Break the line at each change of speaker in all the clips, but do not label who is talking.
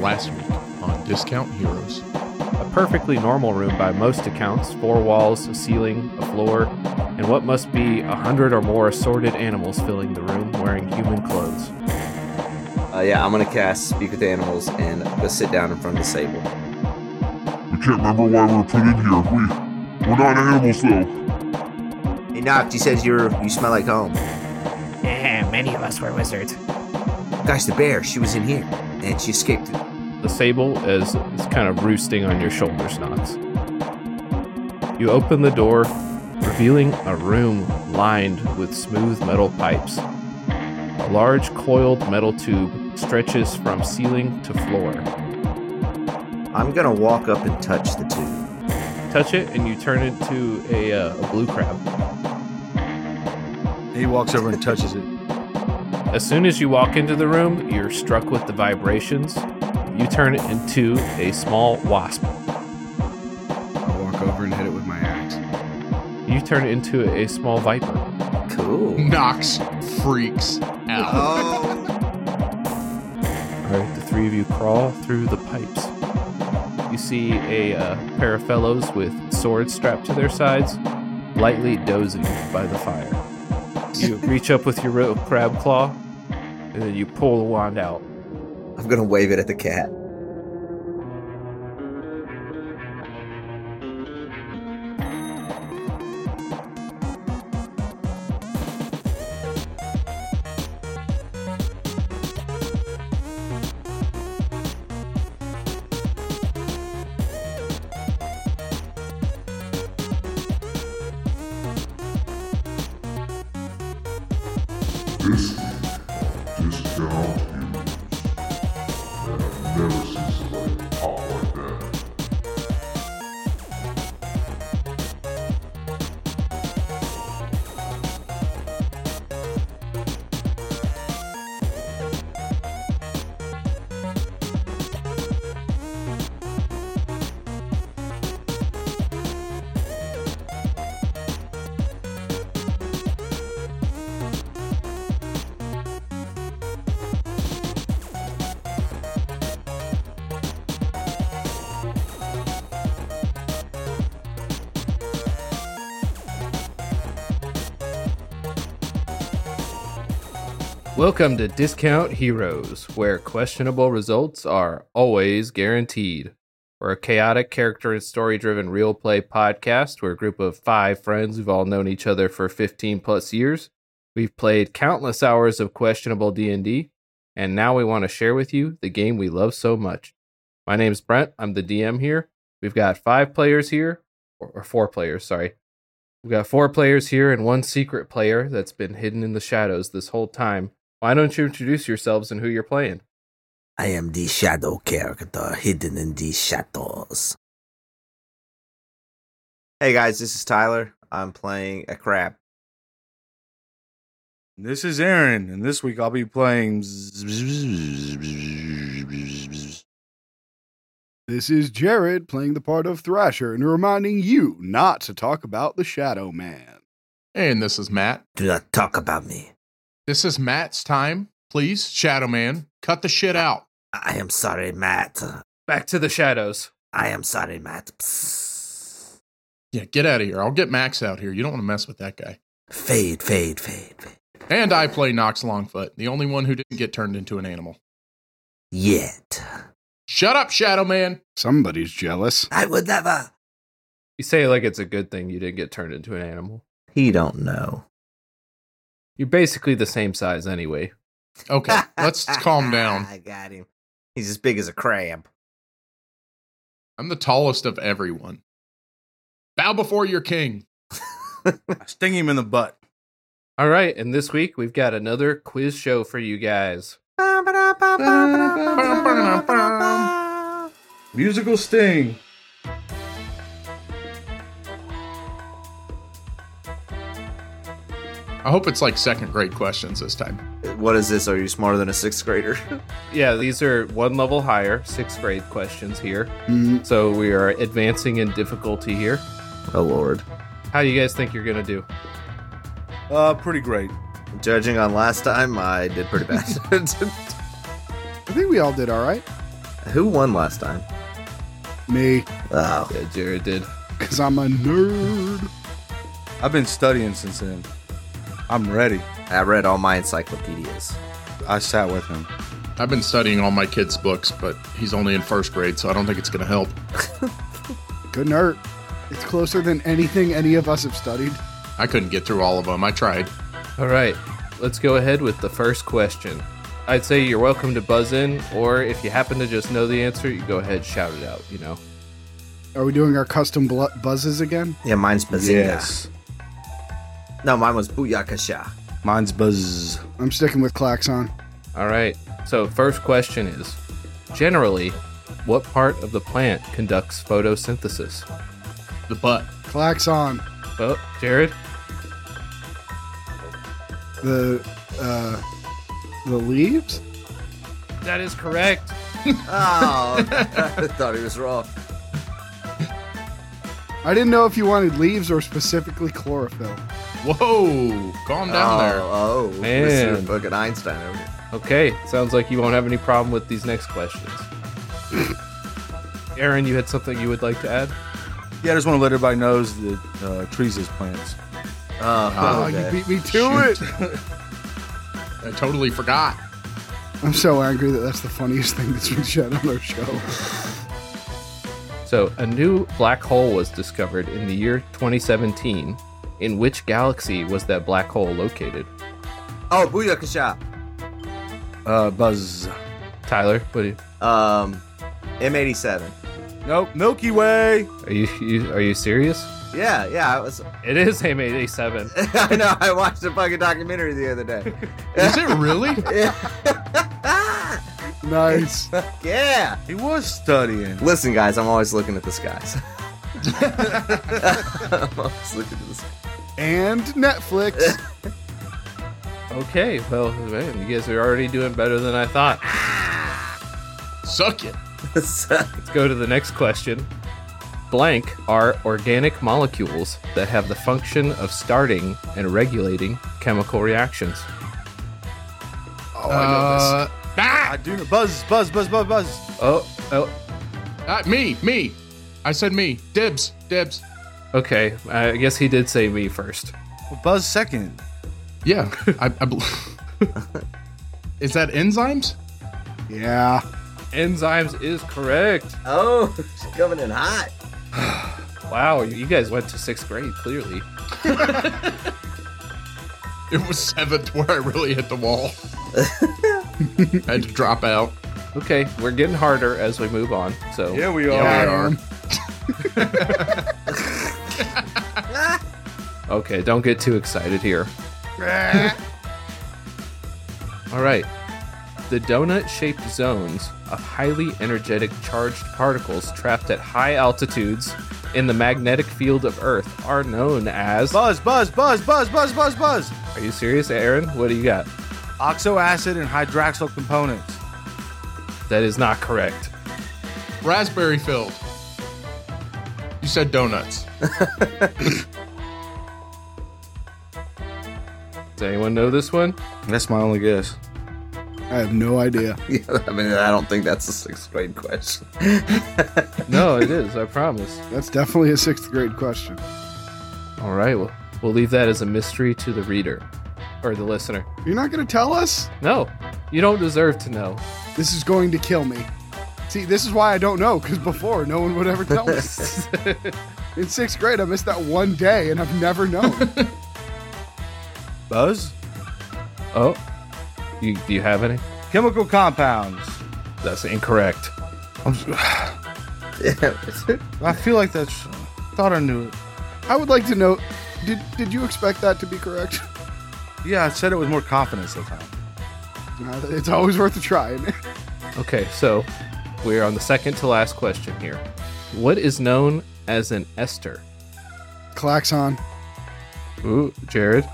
last week on Discount Heroes.
A perfectly normal room by most accounts four walls, a ceiling, a floor, and what must be a hundred or more assorted animals filling the room wearing human clothes.
Uh, yeah, I'm gonna cast Speak with Animals and go sit down in front of the sable.
We can't remember why we were put in here. We we're not animals though.
Hey, Noct, you said you're you smell like home.
Eh, many of us were wizards.
Guys, the bear, she was in here and she escaped.
The sable is, is kind of roosting on your shoulders, Knox. You open the door, revealing a room lined with smooth metal pipes. A large coiled metal tube stretches from ceiling to floor.
I'm gonna walk up and touch the tube.
Touch it, and you turn into a, uh, a blue crab.
He walks over and touches it.
As soon as you walk into the room, you're struck with the vibrations. You turn into a small wasp.
I walk over and hit it with my axe.
You turn into a small viper.
Cool.
Knox freaks out.
Oh.
All right, the three of you crawl through the pipes. You see a uh, pair of fellows with swords strapped to their sides, lightly dozing by the fire. You reach up with your rope crab claw, and then you pull the wand out.
I'm gonna wave it at the cat.
This week, discount heroes. Man, I've never seen somebody pop like that.
Welcome to Discount Heroes, where questionable results are always guaranteed. We're a chaotic, character and story driven real play podcast. We're a group of five friends who've all known each other for 15 plus years. We've played countless hours of questionable D&D, and now we want to share with you the game we love so much. My name's Brent. I'm the DM here. We've got five players here, or, or four players, sorry. We've got four players here and one secret player that's been hidden in the shadows this whole time. Why don't you introduce yourselves and who you're playing?
I am the shadow character hidden in the shadows. Hey guys, this is Tyler. I'm playing a crab.
This is Aaron, and this week I'll be playing. This
This is Jared playing the part of Thrasher and reminding you not to talk about the Shadow Man.
And this is Matt.
Do not talk about me.
This is Matt's time. Please, Shadow Man, cut the shit out.
I am sorry, Matt.
Back to the shadows.
I am sorry, Matt. Psst.
Yeah, get out of here. I'll get Max out here. You don't want to mess with that guy.
Fade, fade, fade, fade.
And I play Knox Longfoot, the only one who didn't get turned into an animal.
Yet.
Shut up, Shadow Man.
Somebody's jealous.
I would never.
You say it like it's a good thing you didn't get turned into an animal.
He don't know.
You're basically the same size anyway.
Okay, let's calm down.
I got him. He's as big as a crab.
I'm the tallest of everyone. Bow before your king.
Sting him in the butt.
All right, and this week we've got another quiz show for you guys.
Musical sting.
I hope it's like second grade questions this time.
What is this? Are you smarter than a sixth grader?
Yeah, these are one level higher, sixth grade questions here.
Mm,
So we are advancing in difficulty here.
Oh, Lord.
How do you guys think you're gonna do?
Uh, pretty great.
Judging on last time, I did pretty bad.
I think we all did all right.
Who won last time?
Me,
Oh.
Yeah, Jared did.
because I'm a nerd.
I've been studying since then. I'm ready.
I read all my encyclopedias.
I sat with him.
I've been studying all my kids' books, but he's only in first grade, so I don't think it's going to help.
Good nerd. It's closer than anything any of us have studied.
I couldn't get through all of them. I tried.
All right, let's go ahead with the first question. I'd say you're welcome to buzz in, or if you happen to just know the answer, you go ahead shout it out. You know,
Are we doing our custom bl- buzzes again?
Yeah, mine's Bazinga.
Yes.
No, mine was Booyakasha.
Mine's Buzz.
I'm sticking with Klaxon.
All right. So, first question is generally, what part of the plant conducts photosynthesis?
The butt.
Klaxon.
Oh, Jared?
The, uh, the leaves?
That is correct.
Oh, I thought he was wrong.
I didn't know if you wanted leaves or specifically chlorophyll.
Whoa! Calm down there.
oh, oh,
Man.
Mr. fucking Einstein over here.
Okay, sounds like you won't have any problem with these next questions. Aaron, you had something you would like to add?
Yeah, I just want to let everybody knows that uh, trees is plants.
Oh,
Oh,
you
okay.
beat me to it.
I totally forgot.
I'm so angry that that's the funniest thing that's been said on our show.
So, a new black hole was discovered in the year 2017. In which galaxy was that black hole located?
oh Booyakasha.
Uh, buzz.
Tyler, what do you,
Um, M87.
Nope. Milky Way.
are you, you are you serious?
Yeah, yeah, I was.
It is M87.
I know. I watched a fucking documentary the other day.
Is it really?
Nice.
Yeah.
He was studying.
Listen, guys, I'm always looking at the skies. I'm always looking at the skies.
and Netflix.
Okay, well, man, you guys are already doing better than I thought.
Suck it.
Let's go to the next question. Blank are organic molecules that have the function of starting and regulating chemical reactions.
Oh, I
Uh, ah,
I do know. Buzz, buzz, buzz, buzz, buzz.
Oh, oh,
ah, me, me. I said me. Dibs, dibs.
okay. I guess he did say me first.
Well, buzz second.
Yeah. I, I bel- Is that enzymes?
know this. Yeah.
Enzymes is correct.
Oh, she's coming in hot.
Wow, you guys went to sixth grade, clearly.
It was seventh where I really hit the wall. I had to drop out.
Okay, we're getting harder as we move on. So,
we
Yeah, we are.
Okay, don't get too excited here. All right. The donut shaped zones of highly energetic charged particles trapped at high altitudes in the magnetic field of Earth are known as.
Buzz, buzz, buzz, buzz, buzz, buzz, buzz.
Are you serious, Aaron? What do you got?
Oxo acid and hydroxyl components.
That is not correct.
Raspberry filled. You said donuts.
Does anyone know this one?
That's my only guess.
I have no idea.
Yeah, I mean, I don't think that's a sixth grade question.
No, it is, I promise.
That's definitely a sixth grade question.
All right, well, we'll leave that as a mystery to the reader or the listener.
You're not going to tell us?
No, you don't deserve to know.
This is going to kill me. See, this is why I don't know, because before no one would ever tell me. In sixth grade, I missed that one day and I've never known.
Buzz?
oh, you, do you have any?
Chemical compounds.
That's incorrect.
I feel like that's. Thought I knew it.
I would like to know did, did you expect that to be correct?
Yeah, I said it with more confidence that time.
Nah, It's always worth a try. isn't it?
Okay, so we're on the second to last question here. What is known as an ester?
Klaxon,
Ooh, Jared.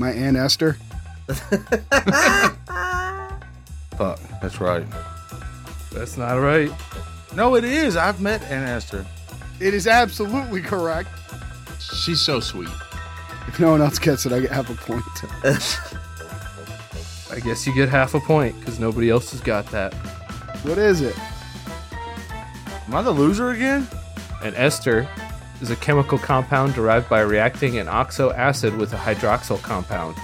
my Aunt Esther.
Fuck, that's right.
That's not right.
No, it is. I've met Ann Esther.
It is absolutely correct.
She's so sweet.
If no one else gets it, I have a point.
I guess you get half a point because nobody else has got that.
What is it?
Am I the loser again?
An ester is a chemical compound derived by reacting an oxo acid with a hydroxyl compound.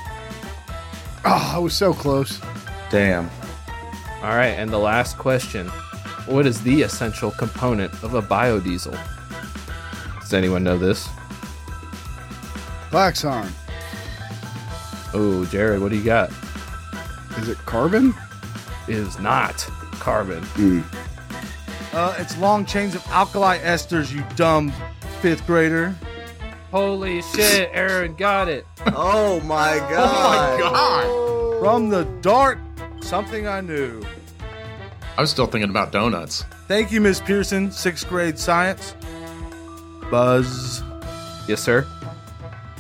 Oh, I was so close.
Damn.
All right, and the last question What is the essential component of a biodiesel? Does anyone know this?
Flaxon.
Oh, Jared, what do you got?
Is it carbon?
It is not carbon.
Uh, it's long chains of alkali esters, you dumb fifth grader.
Holy shit, Aaron got it.
Oh my
Oh my
god.
god!
From the dark, something I knew.
I was still thinking about donuts.
Thank you, Miss Pearson, sixth grade science. Buzz.
Yes, sir.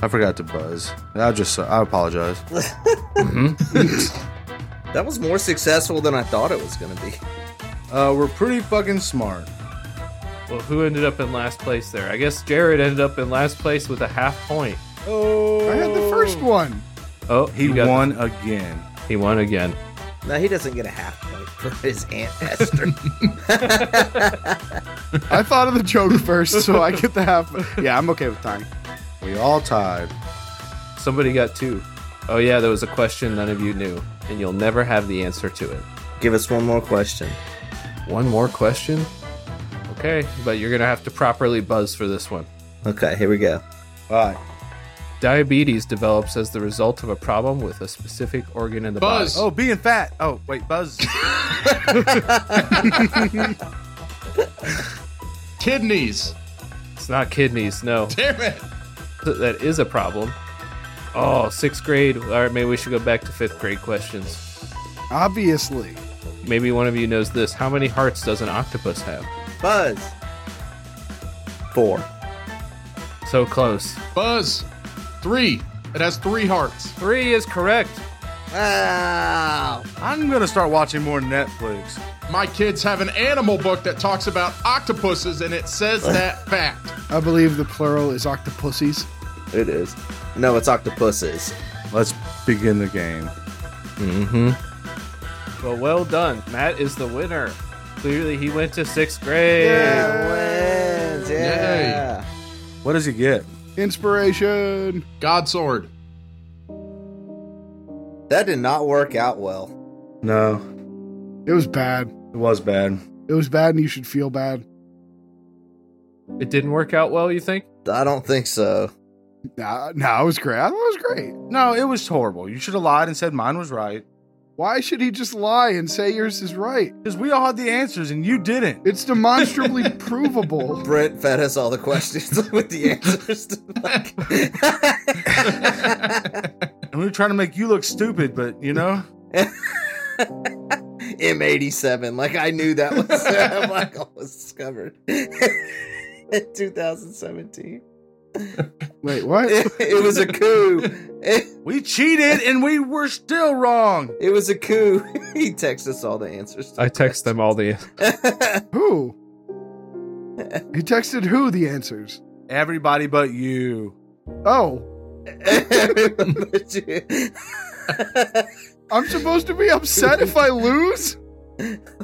I forgot to buzz. I just, I apologize.
That was more successful than I thought it was gonna be.
Uh, we're pretty fucking smart.
Well, who ended up in last place there? I guess Jared ended up in last place with a half point.
Oh,
I had the first one.
Oh,
He
you got-
won again.
He won again.
No, he doesn't get a half point for his Aunt Esther.
I thought of the joke first, so I get the half. Yeah, I'm okay with tying.
We all tied.
Somebody got two. Oh yeah, there was a question none of you knew, and you'll never have the answer to it.
Give us one more question.
One more question? Okay, but you're gonna have to properly buzz for this one.
Okay, here we go.
All right.
Diabetes develops as the result of a problem with a specific organ in the
Buzz.
Oh, being fat. Oh, wait, buzz.
Kidneys.
body. It's not kidneys, no.
Damn it.
That is a problem. Oh, sixth grade. All right, maybe we should go back to fifth grade questions.
Obviously.
Maybe one of you knows this. How many hearts does an octopus have?
Buzz. Four.
So close.
Buzz. Three. It has three hearts.
Three is correct.
Wow.
I'm gonna start watching more Netflix.
My kids have an animal book that talks about octopuses and it says that fact.
I believe the plural is octopussies.
It is. No, it's octopuses.
Let's begin the game.
Mm-hmm. Well, well done. Matt is the winner. Clearly, he went to sixth grade.
Wins, yeah.
What does he get?
Inspiration.
God sword.
That did not work out well.
No,
It was bad.
it was bad.
It was bad, and you should feel bad.
It didn't work out well, you think?
I don't think so.
Nah, nah, it was great. I thought it was great.
No, it was horrible. You should have lied and said mine was right.
Why should he just lie and say yours is right?
Because we all had the answers and you didn't.
It's demonstrably provable.
Brent fed us all the questions with the answers. To
And we were trying to make you look stupid, but you know?
M87. Like I knew that was uh, Michael was discovered in 2017.
Wait, what?
It, it was a coup. It,
we cheated and we were still wrong.
it was a coup. He texted us all the answers. to
I text them all the.
the-
Who? He texted who the answers?
Everybody but you.
Oh,
Everyone but you.
I'm supposed to be upset if I lose?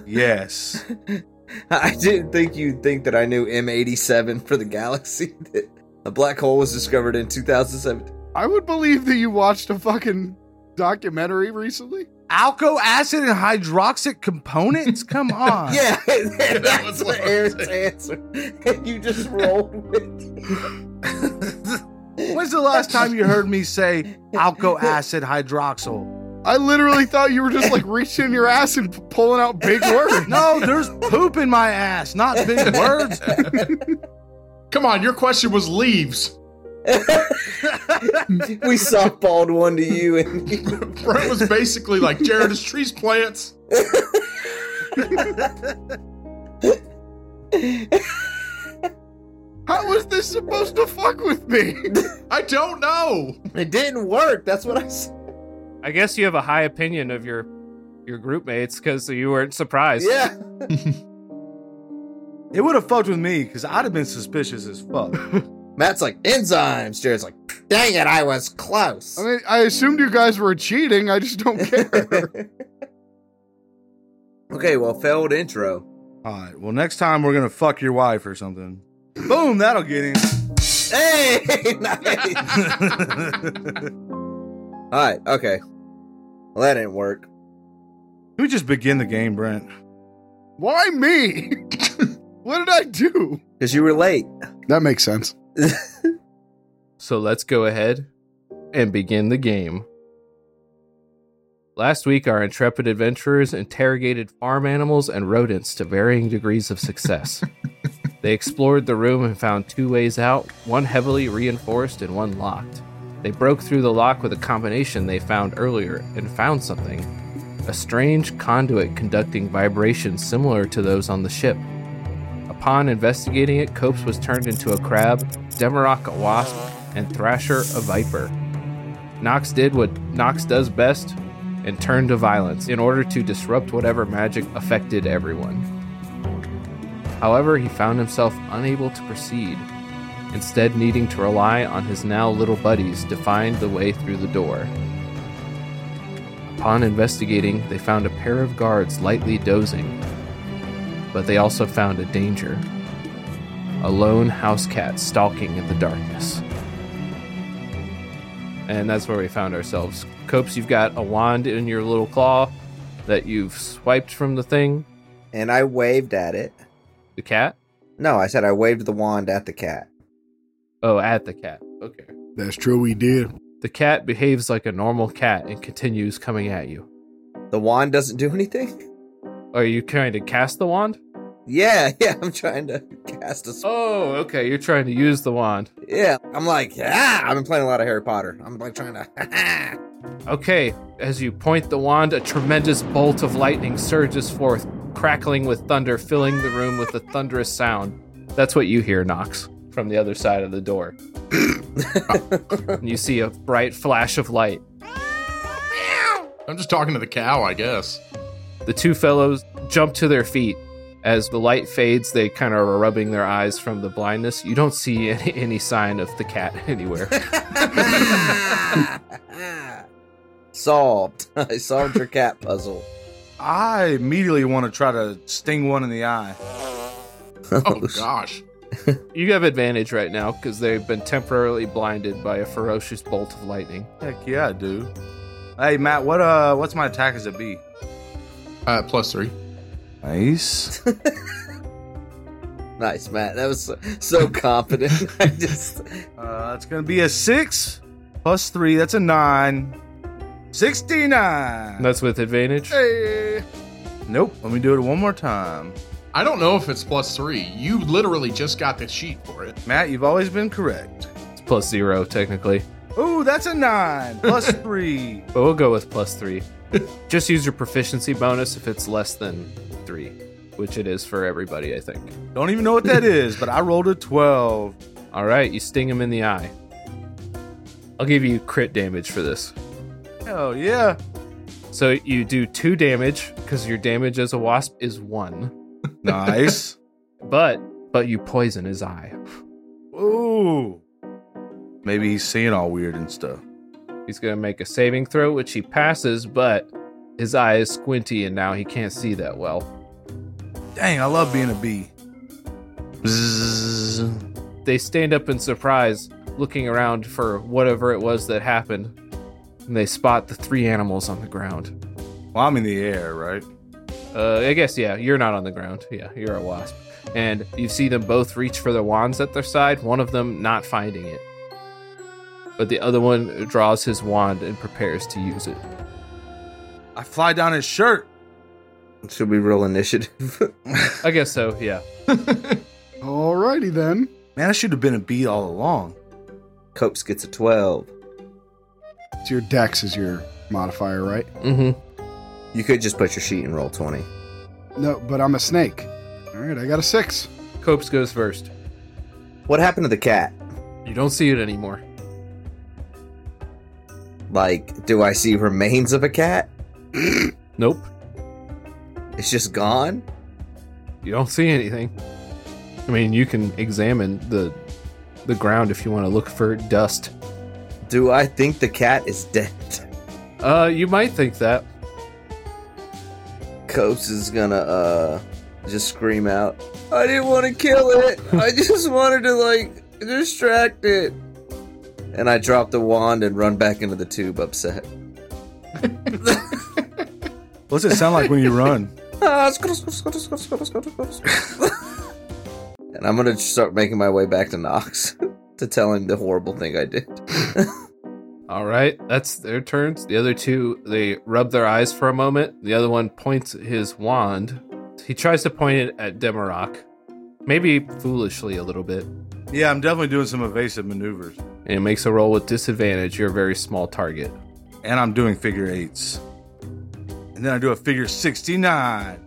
Yes.
I didn't think you'd think that I knew M87 for the galaxy. That a black hole was discovered in 2007.
I would believe that you watched a fucking documentary recently.
Alco acid and hydroxic components? Come on.
Yeah,
That
that
was
was
what I
Aaron's
was
answer. And you just rolled with it.
When's the last time you heard me say alco acid hydroxyl?
I literally thought you were just like reaching in your ass and p- pulling out big words.
No, there's poop in my ass, not big words.
Come on, your question was leaves.
we softballed one to you, and you-
Brent was basically like, Jared is trees plants.
How was this supposed to fuck with me?
I don't know.
it didn't work. That's what I said.
I guess you have a high opinion of your your group mates because you weren't surprised.
Yeah.
It would have fucked with me because I'd have been suspicious as fuck.
Matt's like, enzymes. Jared's like, dang it, I was close.
I mean, I assumed you guys were cheating. I just don't care.
Okay, well, failed intro.
All right. Well, next time we're gonna fuck your wife or something. Boom. That'll get him.
Hey, nice. All right, okay. Well, that didn't work.
Can we just begin the game, Brent?
Why me? what did I do?
Because you were late.
That makes sense.
So let's go ahead and begin the game. Last week, our intrepid adventurers interrogated farm animals and rodents to varying degrees of success. they explored the room and found two ways out one heavily reinforced and one locked. They broke through the lock with a combination they found earlier and found something a strange conduit conducting vibrations similar to those on the ship. Upon investigating it, Copes was turned into a crab, Demarok a wasp, and Thrasher a viper. Nox did what Nox does best and turned to violence in order to disrupt whatever magic affected everyone. However, he found himself unable to proceed, instead, needing to rely on his now little buddies to find the way through the door. Upon investigating, they found a pair of guards lightly dozing, but they also found a danger a lone house cat stalking in the darkness. And that's where we found ourselves. Copes, you've got a wand in your little claw that you've swiped from the thing,
And I waved at it.
the cat.
No, I said I waved the wand at the cat.
Oh, at the cat. Okay.
That's true, we did.
The cat behaves like a normal cat and continues coming at you.
The wand doesn't do anything?
Are you trying to cast the wand?
Yeah, yeah, I'm trying to cast a spell.
Oh, okay. You're trying to use the wand.
Yeah, I'm like, ah! I've been playing a lot of Harry Potter. I'm like trying to,
Okay, as you point the wand, a tremendous bolt of lightning surges forth, crackling with thunder, filling the room with a thunderous sound. That's what you hear, Knox, from the other side of the door. and you see a bright flash of light.
I'm just talking to the cow, I guess.
The two fellows jump to their feet. As the light fades, they kind of are rubbing their eyes from the blindness. You don't see any, any sign of the cat anywhere.
"Ah!" solved. I solved your cat puzzle.
I immediately want to try to sting one in the eye.
Oh gosh.
you have advantage right now because they've been temporarily blinded by a ferocious bolt of lightning.
Heck yeah, I do. Hey Matt, what uh, what's my attack as a bee?
Uh, plus three.
Nice.
Nice, Matt. That was so, so confident. I just,
Uh, it's gonna be a six plus three. That's a nine. Sixty-nine.
That's with advantage.
Hey.
Nope. Let me do it one more time.
I don't know if it's plus three. You literally just got the sheet for it.
Matt, you've always been correct.
It's plus zero technically,
Ooh, that's a nine plus three.
but we'll go with plus three. Just use your proficiency bonus if it's less than three, which it is for everybody, I think.
Don't even know what that is, but I rolled a twelve.
All right, you sting him in the eye. I'll give you crit damage for this.
Hell yeah.
So you do two damage because your damage as a wasp is one,
Nice.
but but you poison his eye.
Ooh. Maybe he's seeing all weird and stuff.
He's gonna make a saving throw, which he passes, but his eye is squinty and now he can't see that well.
Dang, I love being a bee. Bzzz.
they stand up in surprise, looking around for whatever it was that happened, and they spot the three animals on the ground.
Well, I'm in the air, right?
Uh, I guess, yeah, you're not on the ground. Yeah, you're a wasp. And you see them both reach for the wands at their side, one of them not finding it. But the other one draws his wand and prepares to use it.
I fly down his shirt.
should we roll initiative?
I guess so, yeah.
Alrighty then.
Man, I should have been a bee all along.
Copes gets a 12.
So your dex is your modifier, right?
Mm hmm.
You could just put your sheet and roll 20.
No, but I'm a snake. Alright, I got a six.
Copes goes first.
What happened to the cat?
You don't see it anymore.
Like, do I see remains of a cat?
Nope.
It's just gone?
You don't see anything. I mean, you can examine the the ground if you want to look for dust.
Do I think the cat is dead?
Uh, you might think that.
Coates is gonna uh just scream out, "I didn't want to kill it. I just wanted to like distract it." And I drop the wand and run back into the tube, upset.
What's it sound like when you run?
Ah, scuttle, scuttle, scuttle, scuttle, scuttle, scuttle, scuttle. and I'm gonna start making my way back to Knox to tell him the horrible thing I did.
All right, that's their turns. The other two, they rub their eyes for a moment. The other one points his wand. He tries to point it at Demarok, maybe foolishly a little bit, and
Yeah, I'm definitely doing some evasive maneuvers,
it makes a roll with disadvantage. You're a very small target.
and I'm doing figure eights, and then I do a figure sixty-nine.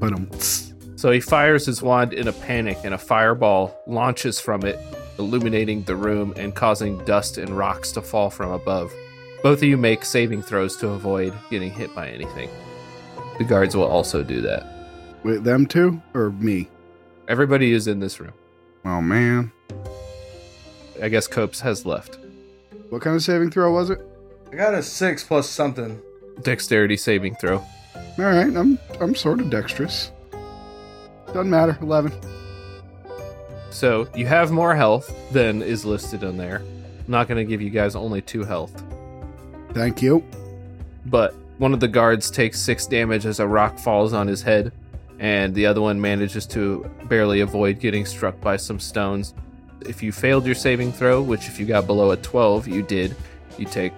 But um,
So he fires his wand in a panic, and a fireball launches from it, illuminating the room and causing dust and rocks to fall from above. Both of you make saving throws to avoid getting hit by anything. The guards will also do that.
with them two or me?
Everybody is in this room.
Oh man.
I guess Copes has left.
What kind of saving throw was it?
I got a six plus something.
Dexterity saving throw.
All right, I'm I'm sort of dexterous. Doesn't matter. Eleven.
So you have more health than is listed on there. I'm not going to give you guys only two health,
Thank you.
but one of the guards takes six damage as a rock falls on his head, and the other one manages to barely avoid getting struck by some stones. If you failed your saving throw, which if you got below a 12, you did, you take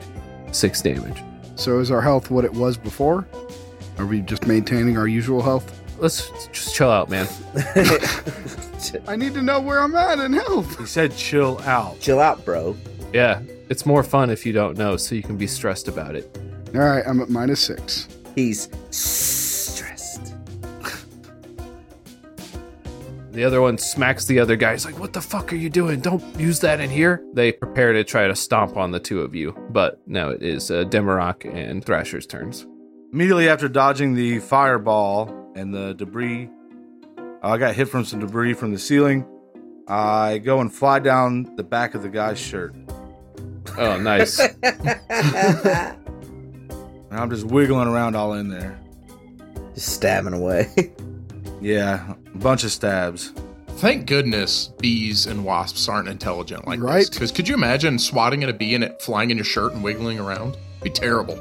six damage.
So is our health what it was before? Are we just maintaining our usual health?
Let's just chill out, man.
I need to know where I'm at in health.
He said, "Chill out."
Chill out, bro.
Yeah, it's more fun if you don't know, so you can be stressed about it.
All right, I'm at minus six.
He's stressed.
The other one smacks the other guy. He's like, What the fuck are you doing? Don't use that in here. They prepare to try to stomp on the two of you, but now it is uh, Demarok and Thrasher's turns.
Immediately after dodging the fireball and the debris, uh, I got hit from some debris from the ceiling. I go and fly down the back of the guy's shirt,
Oh, nice.
and I'm just wiggling around all in there.
Just stabbing away.
Yeah, a bunch of stabs.
Thank goodness bees and wasps aren't intelligent like
Right.
Because could you imagine swatting at a bee and it flying in your shirt and wiggling around? Be terrible.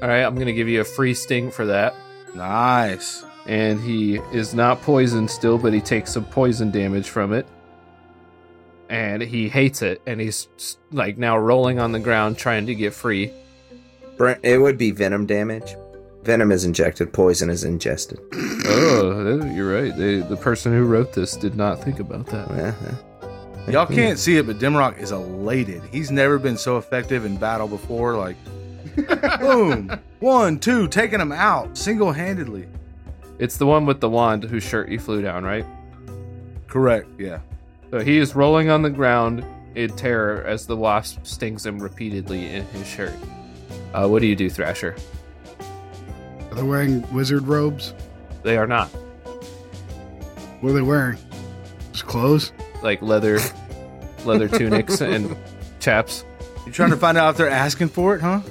All right, I'm going to give you a free sting for that.
Nice.
And he is not poisoned still, but he takes some poison damage from it. And he hates it. And he's s- like now rolling on the ground trying to get free.
Brent, it would be venom damage. Venom is injected. Poison is ingested.
Oh, you're right. They, the person who wrote this did not think about that.
Yeah,
Y'all can't see it, but Dimrock is elated. He's never been so effective in battle before. Like, boom, one, two, taking him out single handedly.
It's the one with the wand whose shirt he flew down, right?
Correct. Yeah.
So he is rolling on the ground in terror as the wasp stings him repeatedly in his shirt. Uh, what do you do, Thrasher?
Are they wearing wizard robes?
They are not
What are they wearing? Just clothes?
like leather, leather tunics and chaps.
You trying to find out if they're asking for it, huh?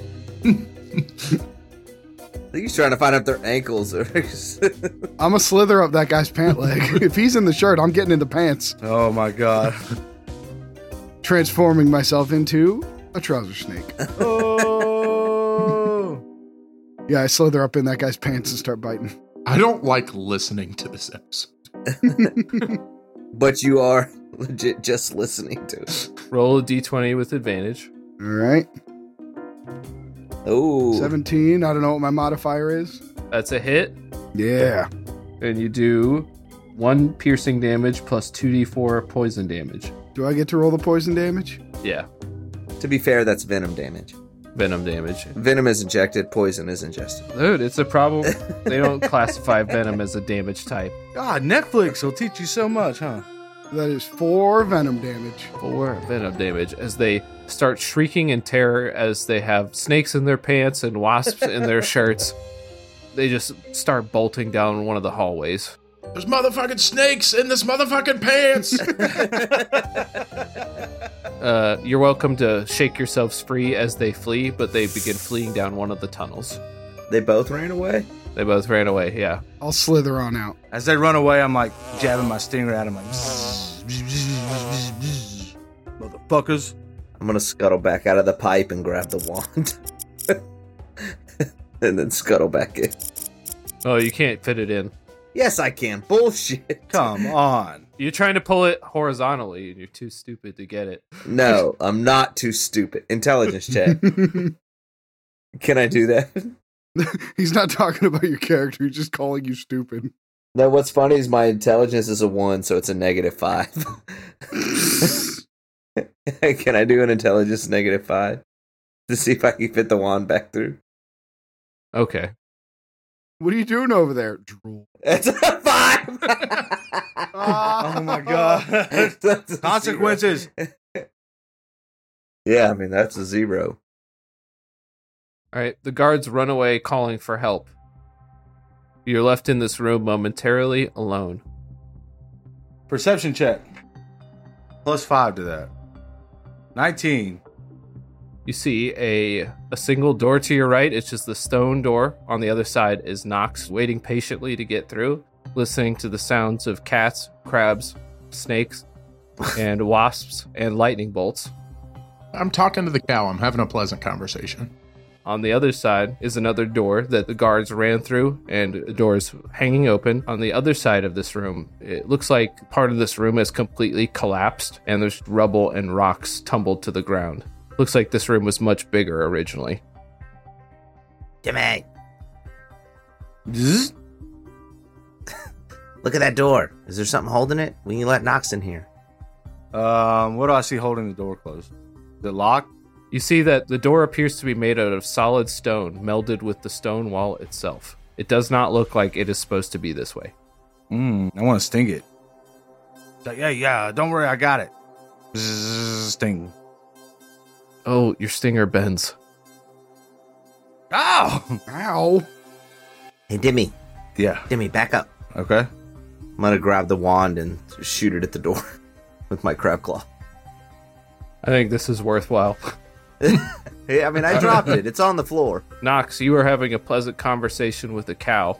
I think he's trying to find out if their ankles are.
I'm gonna slither up that guy's pant leg. if he's in the shirt, I'm getting in the pants,
Oh my god.
transforming myself into a trouser snake.
oh.
Yeah, I slither up in that guy's pants and start biting.
I don't like listening to this episode.
but you are legit just listening to it.
Roll a d20 with advantage.
All right,
Oh.
17. I don't know what my modifier is.
That's a hit,
Yeah.
and you do one piercing damage plus 2d4 poison damage.
Do I get to roll the poison damage?
Yeah,
To be fair, that's venom damage.
venom damage.
Venom is injected. Poison is ingested.
Dude, it's a problem. They don't classify venom as a damage type.
God, Netflix will teach you so much, huh?
That is four venom damage.
four venom damage as they start shrieking in terror as they have snakes in their pants and wasps in their shirts. They just start bolting down one of the hallways.
There's motherfucking snakes in this motherfucking pants.
Uh, you're welcome to shake yourselves free as they flee, but they begin fleeing down one of the tunnels.
They both ran away?
They both ran away. Yeah.
I'll slither on out.
As they run away, I'm like jabbing my stinger at him, like, motherfuckers.
I'm gonna scuttle back out of the pipe and grab the wand. and then scuttle back in.
Oh, you can't fit it in.
Yes, I can. Bullshit.
Come on.
You're trying to pull it horizontally, and you're too stupid to get it.
No, I'm not too stupid. Intelligence check. Can I do that?
He's not talking about your character. He's just calling you stupid.
No, what's funny is my intelligence is a one, so it's a negative five. can I do an intelligence negative five? To see if I can fit the wand back through.
Okay.
What are you doing over there? Drool.
It's a five!
Oh my god.
That's a zero.
Consequences.
Yeah, I mean, that's a zero.
All right. The guards run away, calling for help. You're left in this room momentarily alone.
Perception check. Plus five to that. 19.
You see a a single door to your right. It's just the stone door. On the other side is Knox, waiting patiently to get through, listening to the sounds of cats, crabs, snakes, and wasps and lightning bolts.
I'm talking to the cow. I'm having a pleasant conversation.
On the other side is another door that the guards ran through, and the door is hanging open. On the other side of this room, it looks like part of this room has completely collapsed, and there's rubble and rocks tumbled to the ground. Looks like this room was much bigger originally.
Dime,
Zzz.
look at that door. Is there something holding it? We can let Knox in here.
Um, what do I see holding the door closed? The lock?
You see that the door appears to be made out of solid stone melded with the stone wall itself. It does not look like it is supposed to be this way.
Mm, I want to sting it. It's Like, yeah, yeah, don't worry, I got it. Bzzz, Sting.
Oh, your stinger bends.
Ow!
Ow.
Hey, Dimmy,
Yeah.
Dimmy, back up.
Okay.
I'm gonna grab the wand and shoot it at the door with my crab claw.
I think this is worthwhile.
Yeah, I mean, I dropped it. It's on the floor.
Knox, you were having a pleasant conversation with the cow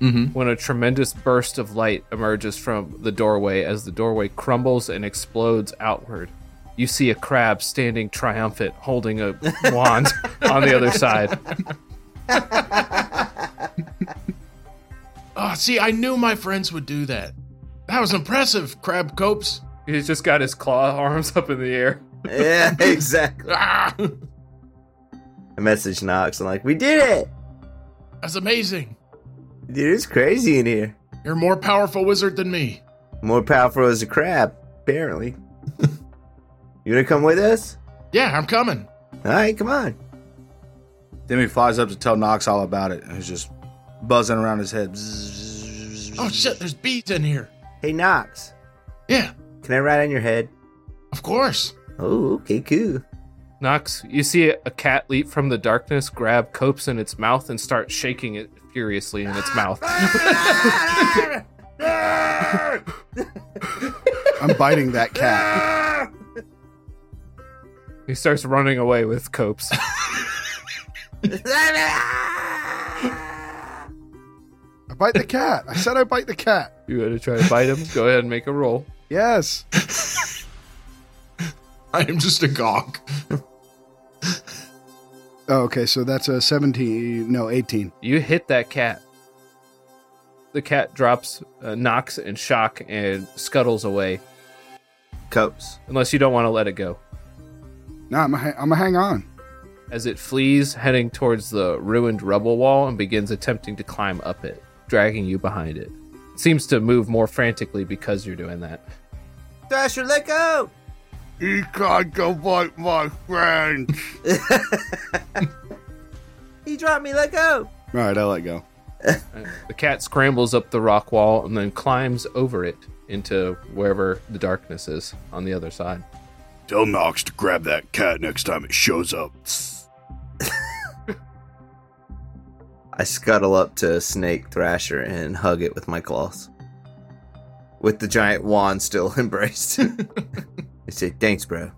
Mm-hmm.
when a tremendous burst of light emerges from the doorway as the doorway crumbles and explodes outward. You see a crab standing triumphant holding a wand on the other side.
Oh, see, I knew my friends would do that. That was impressive, Crab Copes.
He's just got his claw arms up in the air.
Yeah, exactly.
Ah,
I message Knox. I'm like, we did it.
that's amazing.
Dude, it's crazy in here.
You're a more powerful wizard than me.
More powerful as a crab, apparently. you gonna come with us?
Yeah, I'm coming.
All right, come on.
Then he flies up to tell Knox all about it, and he's just buzzing around his head. Bzzz.
Oh shit, there's bees in here.
Hey, Knox,
Yeah,
can I ride on your head?
of course.
Oh, okay, cool.
Knox, you see a cat leap from the darkness, grab Copes in its mouth, and start shaking it furiously in its mouth.
I'm biting that cat.
he starts running away with Copes.
I bite the cat. I said I bite the cat.
You want to try to bite him? Go ahead and make a roll.
Yes.
I am just a gawk.
Oh, okay, so that's a 17. No, 18.
You hit that cat. The cat drops, uh, knocks in shock, and scuttles away.
Copes.
Unless you don't want to let it go.
No, I'm going to hang on.
As it flees, heading towards the ruined rubble wall and begins attempting to climb up it, dragging you behind it. It seems to move more frantically because you're doing that.
Thrasher, let go.
He can't go bite my friend.
He dropped me. Let go.
All right, I let go.
The cat scrambles up the rock wall and then climbs over it into wherever the darkness is on the other side.
Tell Knox to grab that cat next time it shows up.
I scuttle up to Snake Thrasher and hug it with my claws. With the giant wand still embraced. I say, thanks, bro.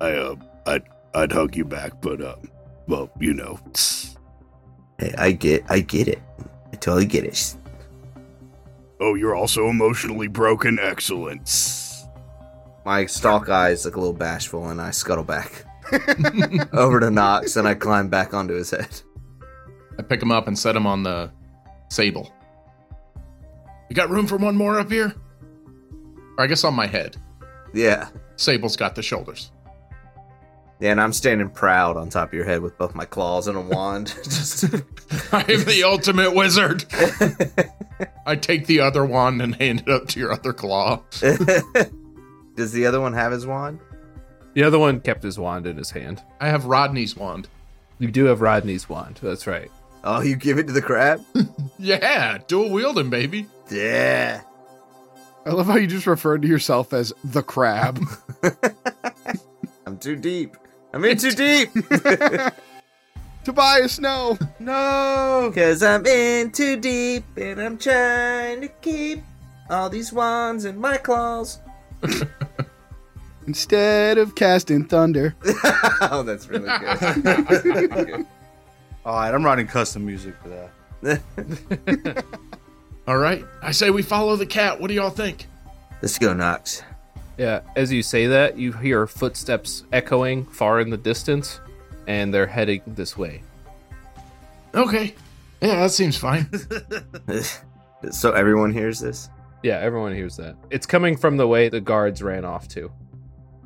I uh, I'd I'd hug you back, but uh, well, you know,
Hey, I get, I get it. I totally get it. She's-
Oh, you're also emotionally broken. Excellence.
My stalk eyes look a little bashful, and I scuttle back over to Knox, and I climb back onto his head.
I pick him up and set him on the sable. You got room for one more up here? Or I guess on my head.
Yeah,
Sable's got the shoulders.
yeah, and I'm standing proud on top of your head with both my claws and a wand. Just
I am the ultimate wizard. I take the other wand and hand it up to your other claw.
does the other one have his wand?
The other one kept his wand in his hand.
I have Rodney's wand.
You do have Rodney's wand. That's right.
Oh, you give it to the crab?
Yeah, dual wielding, baby.
Yeah.
I love how you just referred to yourself as the crab.
I'm too deep. I'm in too deep.
Tobias, no.
No, Oh. cause I'm in too deep and I'm trying to keep all these wands in my claws.
Instead of casting thunder.
oh, that's really good.
All right, I'm writing custom music for that.
All right. I say we follow the cat. What do y'all think?
Let's go, Knox.
Yeah. As you say that, you hear footsteps echoing far in the distance, and they're heading this way.
Okay. Yeah, that seems fine.
so everyone hears this.
Yeah, everyone hears that. It's coming from the way the guards ran off to.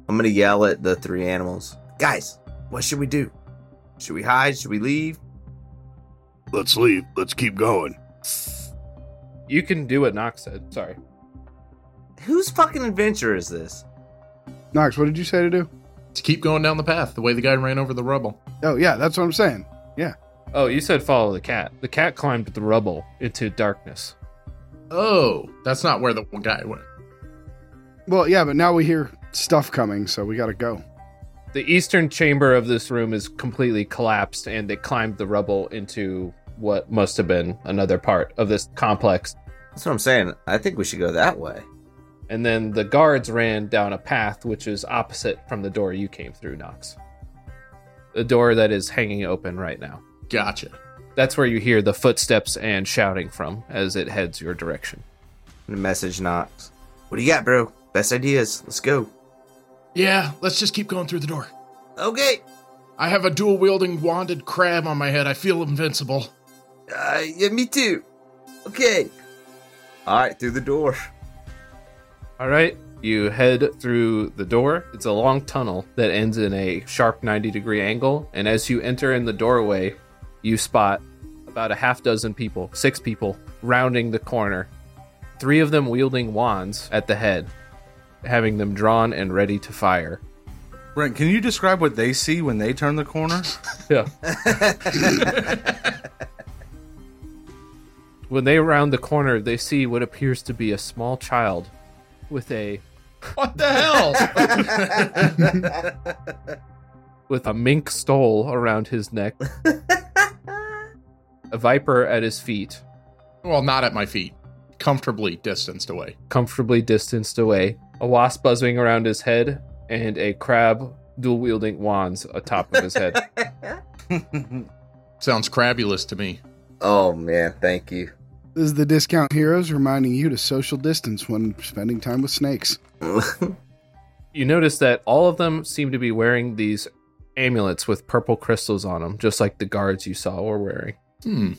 I'm gonna yell at the three animals. Guys, what should we do? Should we hide? Should we leave?
Let's leave. Let's keep going.
You can do what Nox said. Sorry.
Whose fucking adventure is this?
Knox, what did you say to do?
to keep going down the path the way the guy ran over the rubble.
Oh, yeah, that's what I'm saying.
Oh, you said follow the cat. The cat climbed the rubble into darkness.
Oh, that's not where the guy went.
Well, yeah, but now we hear stuff coming, so we gotta go.
The eastern chamber of this room is completely collapsed, and they climbed the rubble into what must have been another part of this complex.
That's what I'm saying. I think we should go that way.
And then the guards ran down a path which is opposite from the door you came through, Nox. The door that is hanging open right now.
Gotcha.
That's where you hear the footsteps and shouting from as it heads your direction.
I'm gonna message Knox. What do you got, bro? Best ideas. Let's go.
Yeah, let's just keep going through the door.
Okay.
I have a dual wielding wanded crab on my head. I feel invincible.
Uh, yeah, me too. Okay. All right, through the door.
All right, you head through the door. It's a long tunnel that ends in a sharp 90 degree angle. And as you enter in the doorway, you spot about a half dozen people, six people, rounding the corner, three of them wielding wands at the head, having them drawn and ready to fire.
Brent, can you describe what they see when they turn the corner?
Yeah. when they round the corner, they see what appears to be a small child with a
What the hell?
with a mink stole around his neck, a viper at his feet,
well, not at my feet. Comfortably distanced away.
comfortably distanced away, a wasp buzzing around his head, and a crab dual wielding wands atop of his head.
Sounds crabulous to me.
Oh man, thank you.
This is the Discount Heroes reminding you to social distance when spending time with snakes.
you notice that all of them seem to be wearing these amulets with purple crystals on them, just like the guards you saw were wearing.
Hmm.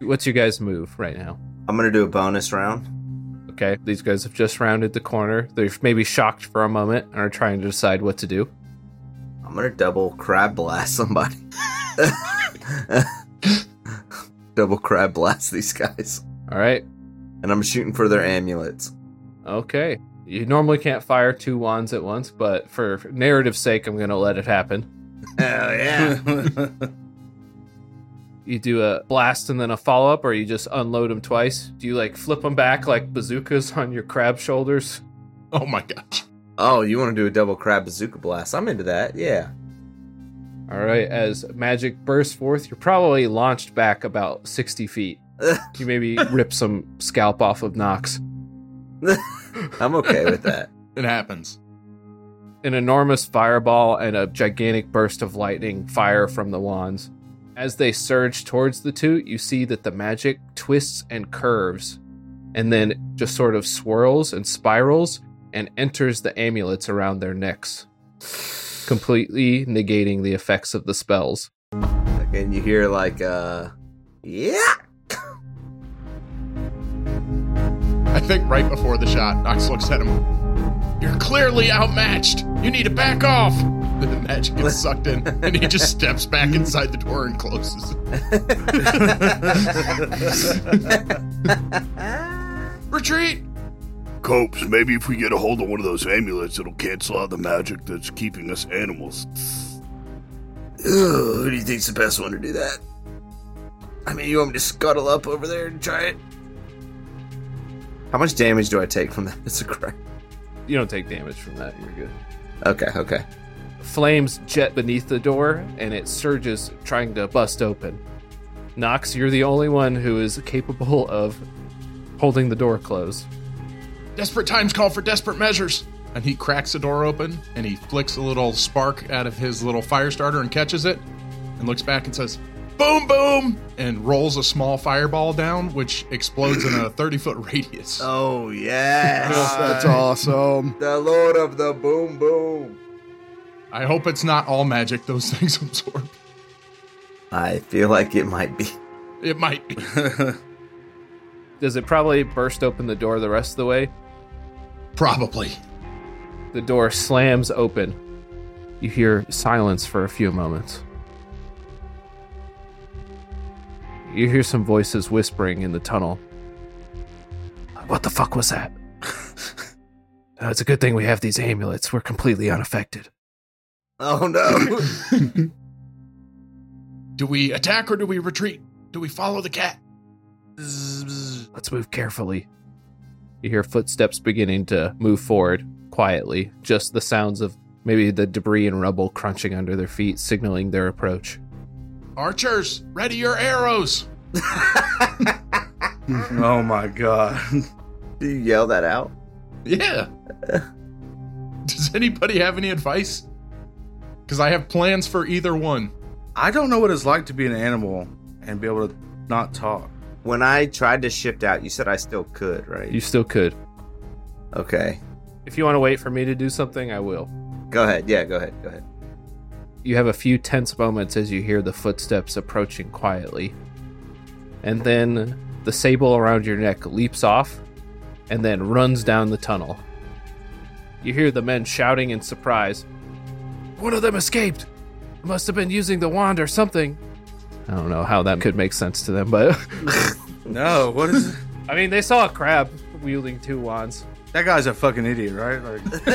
What's your guys' move right now?
I'm gonna do a bonus round.
Okay, these guys have just rounded the corner. They're maybe shocked for a moment and are trying to decide what to do.
I'm gonna double crab blast somebody. double crab blast these guys,
All right,
and I'm shooting for their amulets.
Okay. You normally can't fire two wands at once, but for narrative sake, I'm going to let it happen.
Hell yeah!
You do a blast and then a follow up, or you just unload them twice. Do you like flip them back like bazookas on your crab shoulders?
Oh my gosh.
oh, you want to do a double crab bazooka blast? I'm into that. Yeah.
All right. As magic bursts forth, you're probably launched back about 60 feet. You maybe rip some scalp off of Nox.
I'm okay with that.
It happens.
An enormous fireball and a gigantic burst of lightning fire from the wands. As they surge towards the two, you see that the magic twists and curves and then just sort of swirls and spirals and enters the amulets around their necks, completely negating the effects of the spells.
Like, and you hear like, uh, yeah.
I think right before the shot, Knox looks at him. You're clearly outmatched. You need to back off. The magic gets sucked in, and he just steps back inside the door and closes it. Retreat!
Copes, maybe if we get a hold of one of those amulets, it'll cancel out the magic that's keeping us animals.
Ugh, who do you think's the best one to do that? I mean, you want me to scuttle up over there and try it? How much damage do I take from that? It's a crack.
You don't take damage from that. You're good.
Okay, okay.
Flames jet beneath the door and it surges, trying to bust open. Knox, you're the only one who is capable of holding the door closed.
Desperate times call for desperate measures. And he cracks the door open and he flicks a little spark out of his little fire starter and catches it and looks back and says, Boom, boom! And rolls a small fireball down, which explodes in a 30 foot radius.
Oh, yes.
That's awesome.
the Lord of the Boom Boom.
I hope it's not all magic those things absorb.
I feel like it might be.
It might be.
Does it probably burst open the door the rest of the way?
Probably.
The door slams open. You hear silence for a few moments. You hear some voices whispering in the tunnel. What the fuck was that? "Uh, it's a good thing we have these amulets. We're completely unaffected.
Oh, no.
Do we attack or do we retreat? Do we follow the cat?
Let's move carefully. You hear footsteps beginning to move forward quietly, just the sounds of maybe the debris and rubble crunching under their feet, signaling their approach.
Archers, ready your arrows!
Oh my god.
do you yell that out?
Yeah. Does anybody have any advice? Because I have plans for either one.
I don't know what it's like to be an animal and be able to not talk.
When I tried to shift out, you said I still could, right?
You still could.
Okay.
If you want to wait for me to do something, I will.
Go ahead. Yeah, go ahead. Go ahead.
You have a few tense moments as you hear the footsteps approaching quietly. And then the sable around your neck leaps off and then runs down the tunnel. You hear the men shouting in surprise. One of them escaped! Must have been using the wand or something. I don't know how that could make sense to them, but
No, what is
I mean, they saw a crab wielding two wands.
that guy's a fucking idiot, right? Like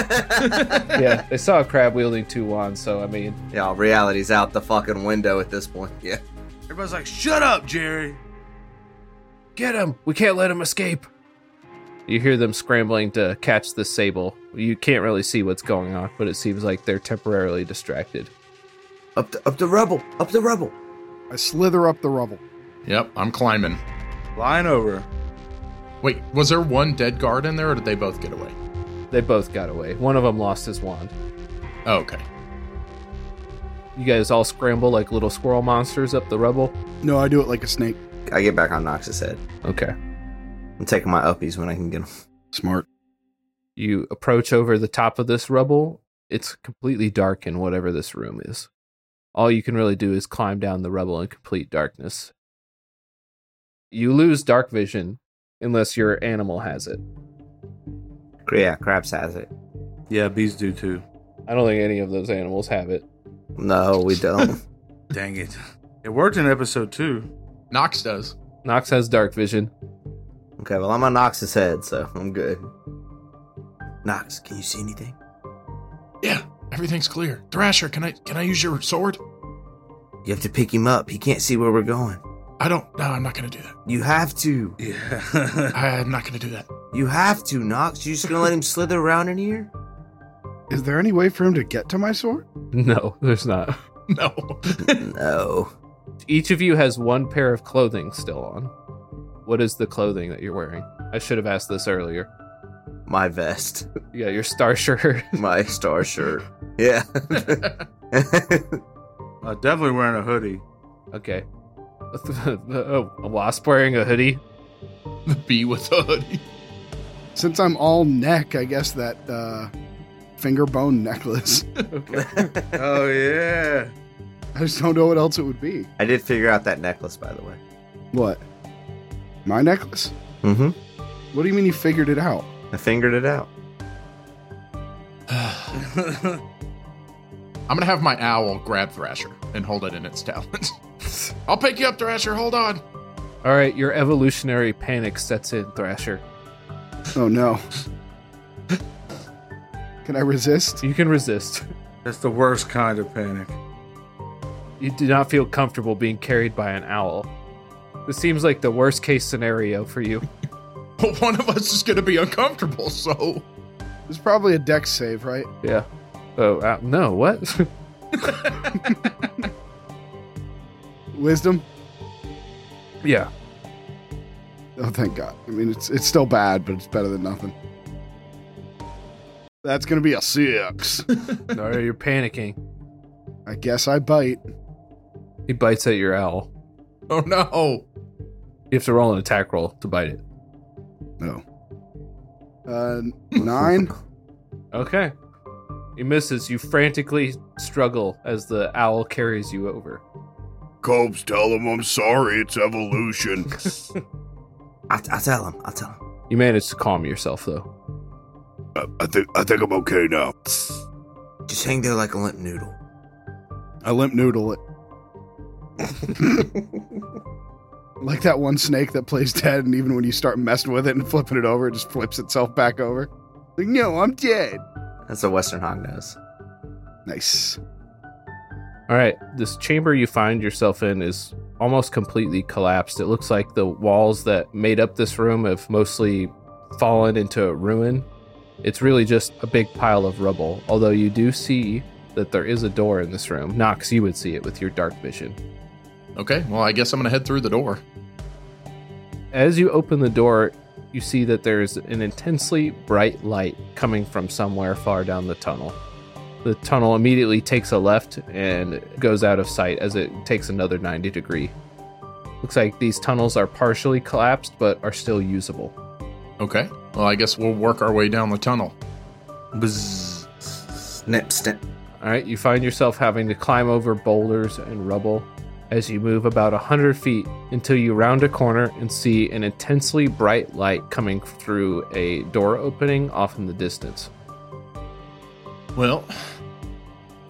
Yeah, they saw a crab wielding two wands, so I mean,
Yeah, reality's out the fucking window at this point. Yeah.
everybody's like, "Shut up, Jerry."
Get him! We can't let him escape! You hear them scrambling to catch the sable. You can't really see what's going on, but it seems like they're temporarily distracted.
Up the, up the rubble. Up the rubble.
I slither up the rubble.
Yep, I'm climbing.
Flying over.
Wait, was there one dead guard in there or did they both get away?
They both got away. One of them lost his wand.
Oh, okay.
You guys all scramble like little squirrel monsters up the rubble.
No, I do it like a snake.
I get back on Nox's head.
Okay.
I'm taking my uppies when I can get them.
Smart.
You approach over the top of this rubble. It's completely dark in whatever this room is. All you can really do is climb down the rubble in complete darkness. You lose dark vision unless your animal has it.
Yeah, Crabs has it.
Yeah, bees do too.
I don't think any of those animals have it.
No, we don't.
Dang it. It worked in episode 2.
Knox does.
Nox has dark vision.
okay, well, I'm on Nox's head, so I'm good. Nox, can you see anything?
Yeah, everything's clear. Thrasher, can I can I use your sword?
You have to pick him up. He can't see where we're going.
I don't no, I'm not gonna do that.
You have to.
Yeah.
I'm not gonna do that.
You have to, Nox. You just gonna let him slither around in here?
Is there any way for him to get to my sword?
No, there's not.
No.
No.
Each of you has one pair of clothing still on. What is the clothing that you're wearing? I should have asked this earlier.
My vest.
Yeah, your star shirt.
My star shirt. Yeah.
Uh, definitely wearing a hoodie.
Okay. oh, a wasp wearing a hoodie.
The bee with the hoodie.
Since I'm all neck, I guess that uh, finger bone necklace.
oh yeah.
I just don't know what else it would be.
I did figure out that necklace, by the way.
What? My necklace?
Mm-hmm.
What do you mean you figured it out?
I fingered it out.
I'm gonna have my owl grab Thrasher and hold it in its talons. I'll pick you up, Thrasher. Hold on.
All right, your evolutionary panic sets in, Thrasher.
Oh no. Can I resist?
You can resist.
That's the worst kind of panic.
You do not feel comfortable being carried by an owl. This seems like the worst case scenario for you.
But one of us is gonna be uncomfortable, so
It's probably a deck save, right?
Yeah. Oh, uh, no, what?
Wisdom?
yeah.
Oh, thank God. I mean, it's it's still bad, but it's better than nothing. That's gonna be a six.
No, you're panicking.
I guess I bite.
He bites at your owl.
oh no.
You have to roll an attack roll to bite it.
No. Uh, nine.
Okay. He misses. You frantically struggle as the owl carries you over.
Copes, tell him I'm sorry. It's evolution.
I, I'll tell him. I'll tell him.
You manage to calm yourself, though.
I, I think I think I'm okay now.
Just hang there like a limp noodle.
I limp noodle it. like that one snake that plays dead, and even when you start messing with it and flipping it over, it just flips itself back over. Like, no, I'm dead.
That's a Western hog nose.
Nice.
All right. This chamber you find yourself in is almost completely collapsed. It looks like the walls that made up this room have mostly fallen into ruin. It's really just a big pile of rubble, although you do see that there is a door in this room. Knox, you would see it with your dark vision.
Okay, well I guess I'm gonna head through the door.
As you open the door, you see that there's an intensely bright light coming from somewhere far down the tunnel. The tunnel immediately takes a left and goes out of sight as it takes another 90 degree. Looks like these tunnels are partially collapsed but are still usable.
Okay. Well I guess we'll work our way down the tunnel.
Bzzz.
Snip, snip.
All right, you find yourself having to climb over boulders and rubble as you move about 100 feet until you round a corner and see an intensely bright light coming through a door opening off in the distance.
Well,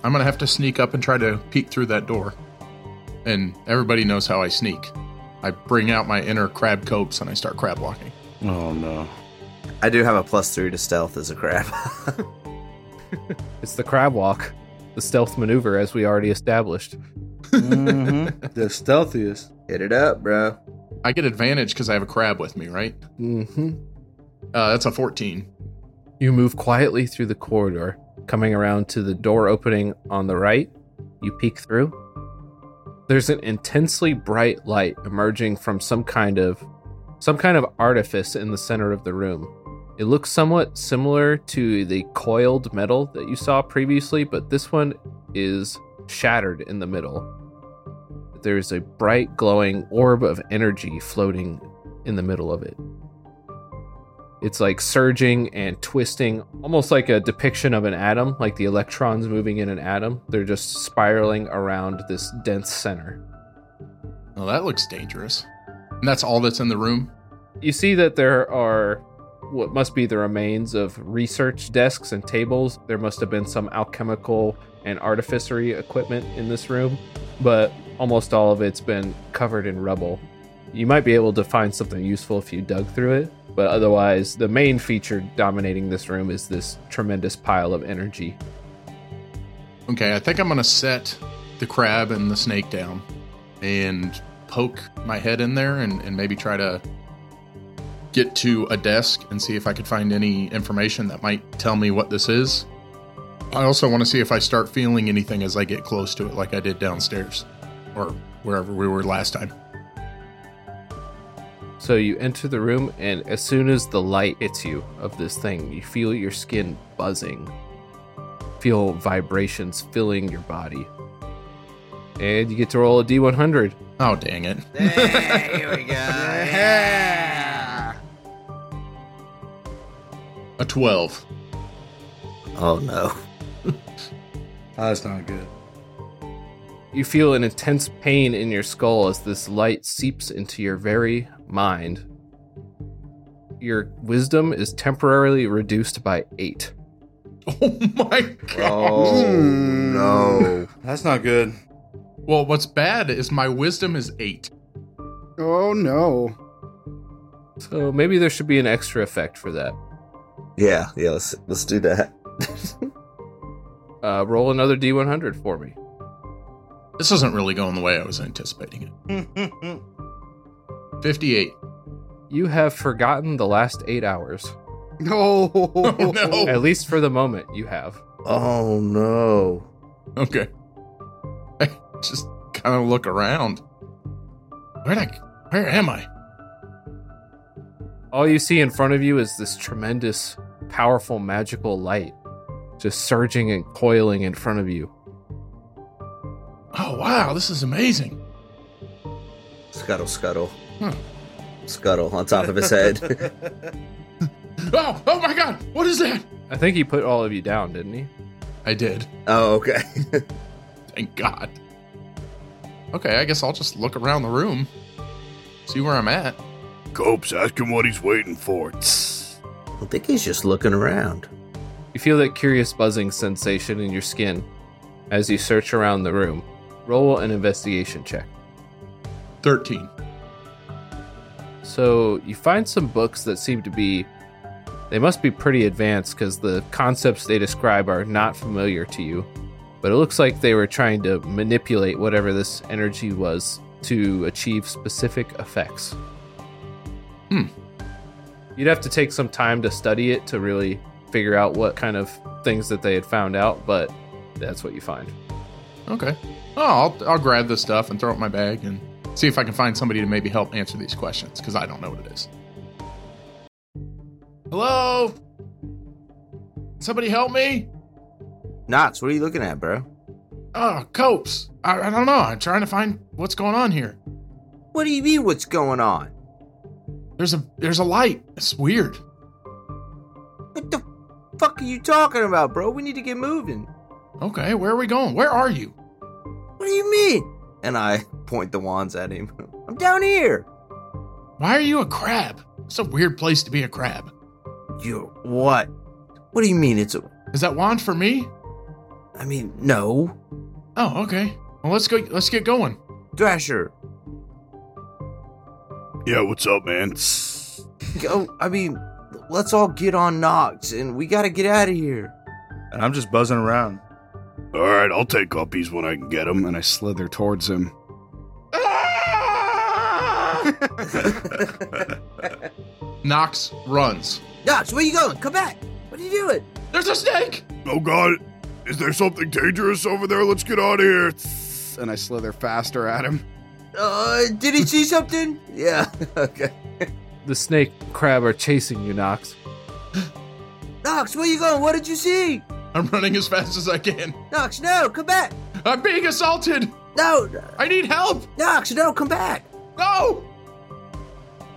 I'm gonna have to sneak up and try to peek through that door. And everybody knows how I sneak. I bring out my inner crab copes and I start crab walking.
Oh no.
I do have a plus three to stealth as a crab.
It's the crab walk, the stealth maneuver, as we already established.
Mhm. The stealthiest.
Hit it up, bro.
I get advantage because I have a crab with me, right?
Mm-hmm.
Uh, that's a 14.
You move quietly through the corridor, coming around to the door opening on the right. You peek through. There's an intensely bright light emerging from some kind of some kind of artifice in the center of the room. It looks somewhat similar to the coiled metal that you saw previously, but this one is shattered in the middle. There's a bright glowing orb of energy floating in the middle of it. It's like surging and twisting, almost like a depiction of an atom, like the electrons moving in an atom. They're just spiraling around this dense center.
Well, that looks dangerous. And that's all that's in the room.
You see that there are what must be the remains of research desks and tables. There must have been some alchemical and artificery equipment in this room, but almost all of it's been covered in rubble. You might be able to find something useful if you dug through it, but otherwise, the main feature dominating this room is this tremendous pile of energy.
Okay, I think I'm gonna set the crab and the snake down and poke my head in there and, and maybe try to get to a desk and see if I could find any information that might tell me what this is. I also want to see if I start feeling anything as I get close to it, like I did downstairs or wherever we were last time.
So you enter the room, and as soon as the light hits you of this thing, you feel your skin buzzing. Feel vibrations filling your body. And you get to roll a D100.
Oh, dang it.
Hey, here we go. Yeah.
A 12.
Oh no.
Oh, that's not good.
You feel an intense pain in your skull as this light seeps into your very mind. Your wisdom is temporarily reduced by eight.
Oh my god.
Oh no.
That's not good.
Well, what's bad is my wisdom is 8.
Oh no.
So maybe there should be an extra effect for that.
Yeah, yeah, let's let's do that.
Uh, roll another D100 for me.
This isn't really going the way I was anticipating it. 58.
You have forgotten the last eight hours.
No.
Oh no.
At least for the moment, you have.
Oh no.
Okay. I just kind of look around. Where I where am I?
All you see in front of you is this tremendous, powerful, magical light just surging and coiling in front of you.
Oh wow, this is amazing.
Scuttle scuttle.
Hmm.
Scuttle on top of his head.
Oh, oh my god. What is that?
I think he put all of you down, didn't he?
I did.
oh, okay.
Thank god. Okay, I guess I'll just look around the room. See where I'm at.
Copes, ask him what he's waiting for.
I think he's just looking around.
You feel that curious buzzing sensation in your skin as you search around the room. Roll an investigation check.
13.
So you find some books that seem to be. They must be pretty advanced because the concepts they describe are not familiar to you. But it looks like they were trying to manipulate whatever this energy was to achieve specific effects.
Hmm.
You'd have to take some time to study it to really figure out what kind of things that they had found out, but that's what you find.
Okay. Oh, I'll, I'll grab this stuff and throw it in my bag and see if I can find somebody to maybe help answer these questions because I don't know what it is. Hello? Somebody help me?
Knox, what are you looking at, bro?
Oh, Copes. I, I don't know. I'm trying to find what's going on here.
What do you mean what's going on?
There's a there's a light. It's weird.
What the fuck are you talking about, bro? We need to get moving.
Okay, where are we going? Where are you?
What do you mean? And I point the wands at him. I'm down here.
Why are you a crab? It's a weird place to be a crab.
You what? What do you mean it's a
Is that wand for me?
I mean, no.
Oh, okay. Well, let's go. Let's get going.
Thrasher.
Yeah, what's up, man?
Go I mean, let's all get on Knox and we gotta get out of here.
And I'm just buzzing around.
All right, I'll take uppies when I can get them.
And I slither towards him.
Knox runs.
Knox, where you going? Come back! What are you doing?
There's a snake.
Oh God, is there something dangerous over there? Let's get out of here.
And I slither faster at him.
Uh did he see something? Yeah, okay.
The snake crab are chasing you, Nox.
Knox, where you going? What did you see?
I'm running as fast as I can.
Knox, no, come back!
I'm being assaulted.
No,
I need help.
Knox, no, come back!
No.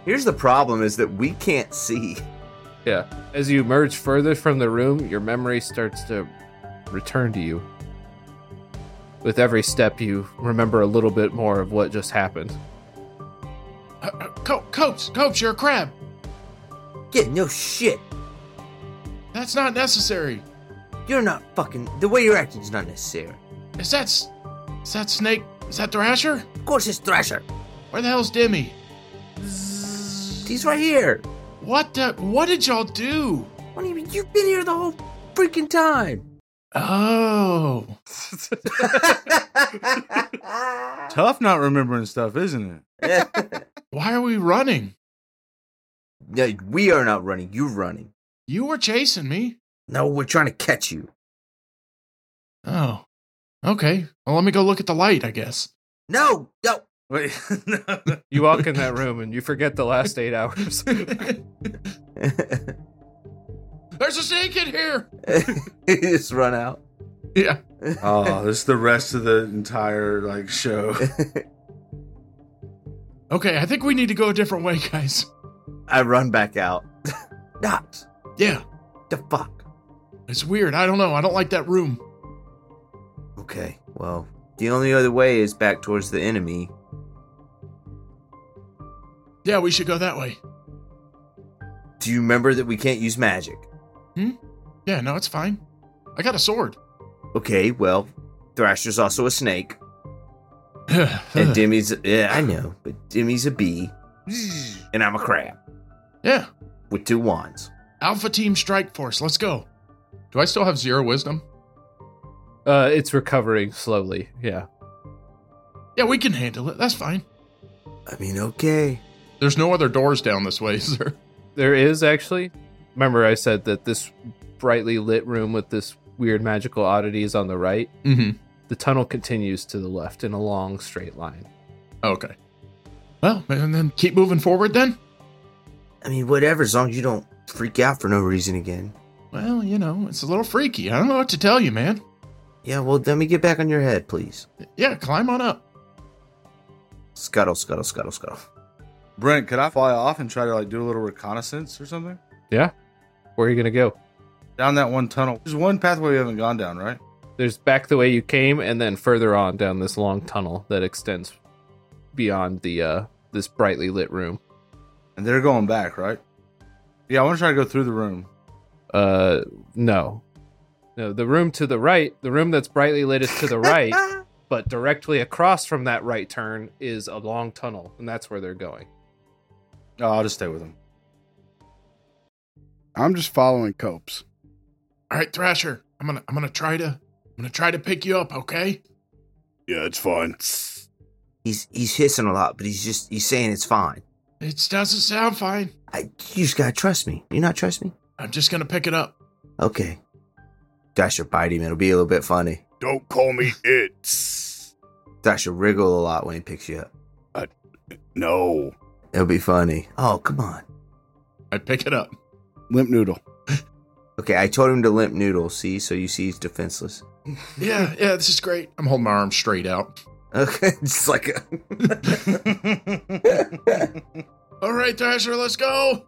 Here's the problem is that we can't see.
Yeah. As you emerge further from the room, your memory starts to return to you. With every step, you remember a little bit more of what just happened.
Uh, uh, Co- Copes, Copes, you're a crab.
Get no shit.
That's not necessary.
You're not fucking the way you're acting is not necessary.
Is that s- is that snake? Is that Thrasher?
Of course it's Thrasher.
Where the hell's Demi?
He's right here.
What the? What did y'all do?
What do you mean? You've been here the whole freaking time.
Oh,
Tough not remembering stuff, isn't it?
why are we running?
no, we are not running. You're running.
You were chasing me.
No, we're trying to catch you.
Oh, okay. Well, let me go look at the light. I guess.
No, no.
Wait,
You walk in that room and you forget the last eight hours.
There's a snake in here.
He just run out.
Yeah.
Oh, this is the rest of the entire like show.
Okay, I think we need to go a different way, guys.
I run back out. Not
Yeah.
the fuck.
It's weird. I don't know. I don't like that room.
Okay, well, the only other way is back towards the enemy.
Yeah, we should go that way.
Do you remember that we can't use magic?
Yeah, no, it's fine. I got a sword.
Okay, well, Thrasher's also a snake, and
yeah.
Demi's yeah, I know, but Demi's a bee, and I'm a crab with two wands.
Alpha Team Strike Force. Let's go. Do I still have zero wisdom?
Uh, it's recovering slowly. Yeah.
Yeah, we can handle it. That's fine.
I mean, okay.
There's no other doors down this way, is there?
There is actually. Remember, I said that this brightly lit room with this weird magical oddity is on the right.
Mm-hmm.
The tunnel continues to the left in a long straight line.
Oh, Okay. Well, and then keep moving forward then?
I mean, whatever, as long as you don't freak out for no reason again.
Well, you know, it's a little freaky. I don't know what to tell you, man.
Yeah, well, let me get back on your head, please.
Yeah, climb on up.
Scuttle, scuttle, scuttle, scuttle.
Brent, could I fly off and try to like do a little reconnaissance or something?
Yeah. Where are you gonna go?
Down that one tunnel. There's one pathway we haven't gone down, right?
There's back the way you came, and then further on down this long tunnel that extends beyond the uh, this brightly lit room.
And they're going back, right? Yeah, I want to try to go through the room.
Uh, no, no. The room to the right, the room that's brightly lit, is to the right. But directly across from that right turn is a long tunnel, and that's where they're going.
Oh, I'll just stay with them.
I'm just following Copes.
All right, Thrasher. I'm gonna I'm gonna try to I'm gonna try to pick you up, okay?
Yeah, it's fine.
He's he's hissing a lot, but he's just he's saying it's fine.
It doesn't sound fine.
I, you just gotta trust me. You not trust me?
I'm just gonna pick it up.
Okay. Dasher bite him. It'll be a little bit funny.
Don't call me it.
Dasher wriggle a lot when he picks you up.
No.
It'll be funny. Oh, come on.
I pick it up.
Limp noodle.
Okay, I told him to limp noodle. See, so you see he's defenseless.
Yeah, yeah, this is great. I'm holding my arm straight out.
Okay, just like a. Alright,
All right, Thrasher, let's go.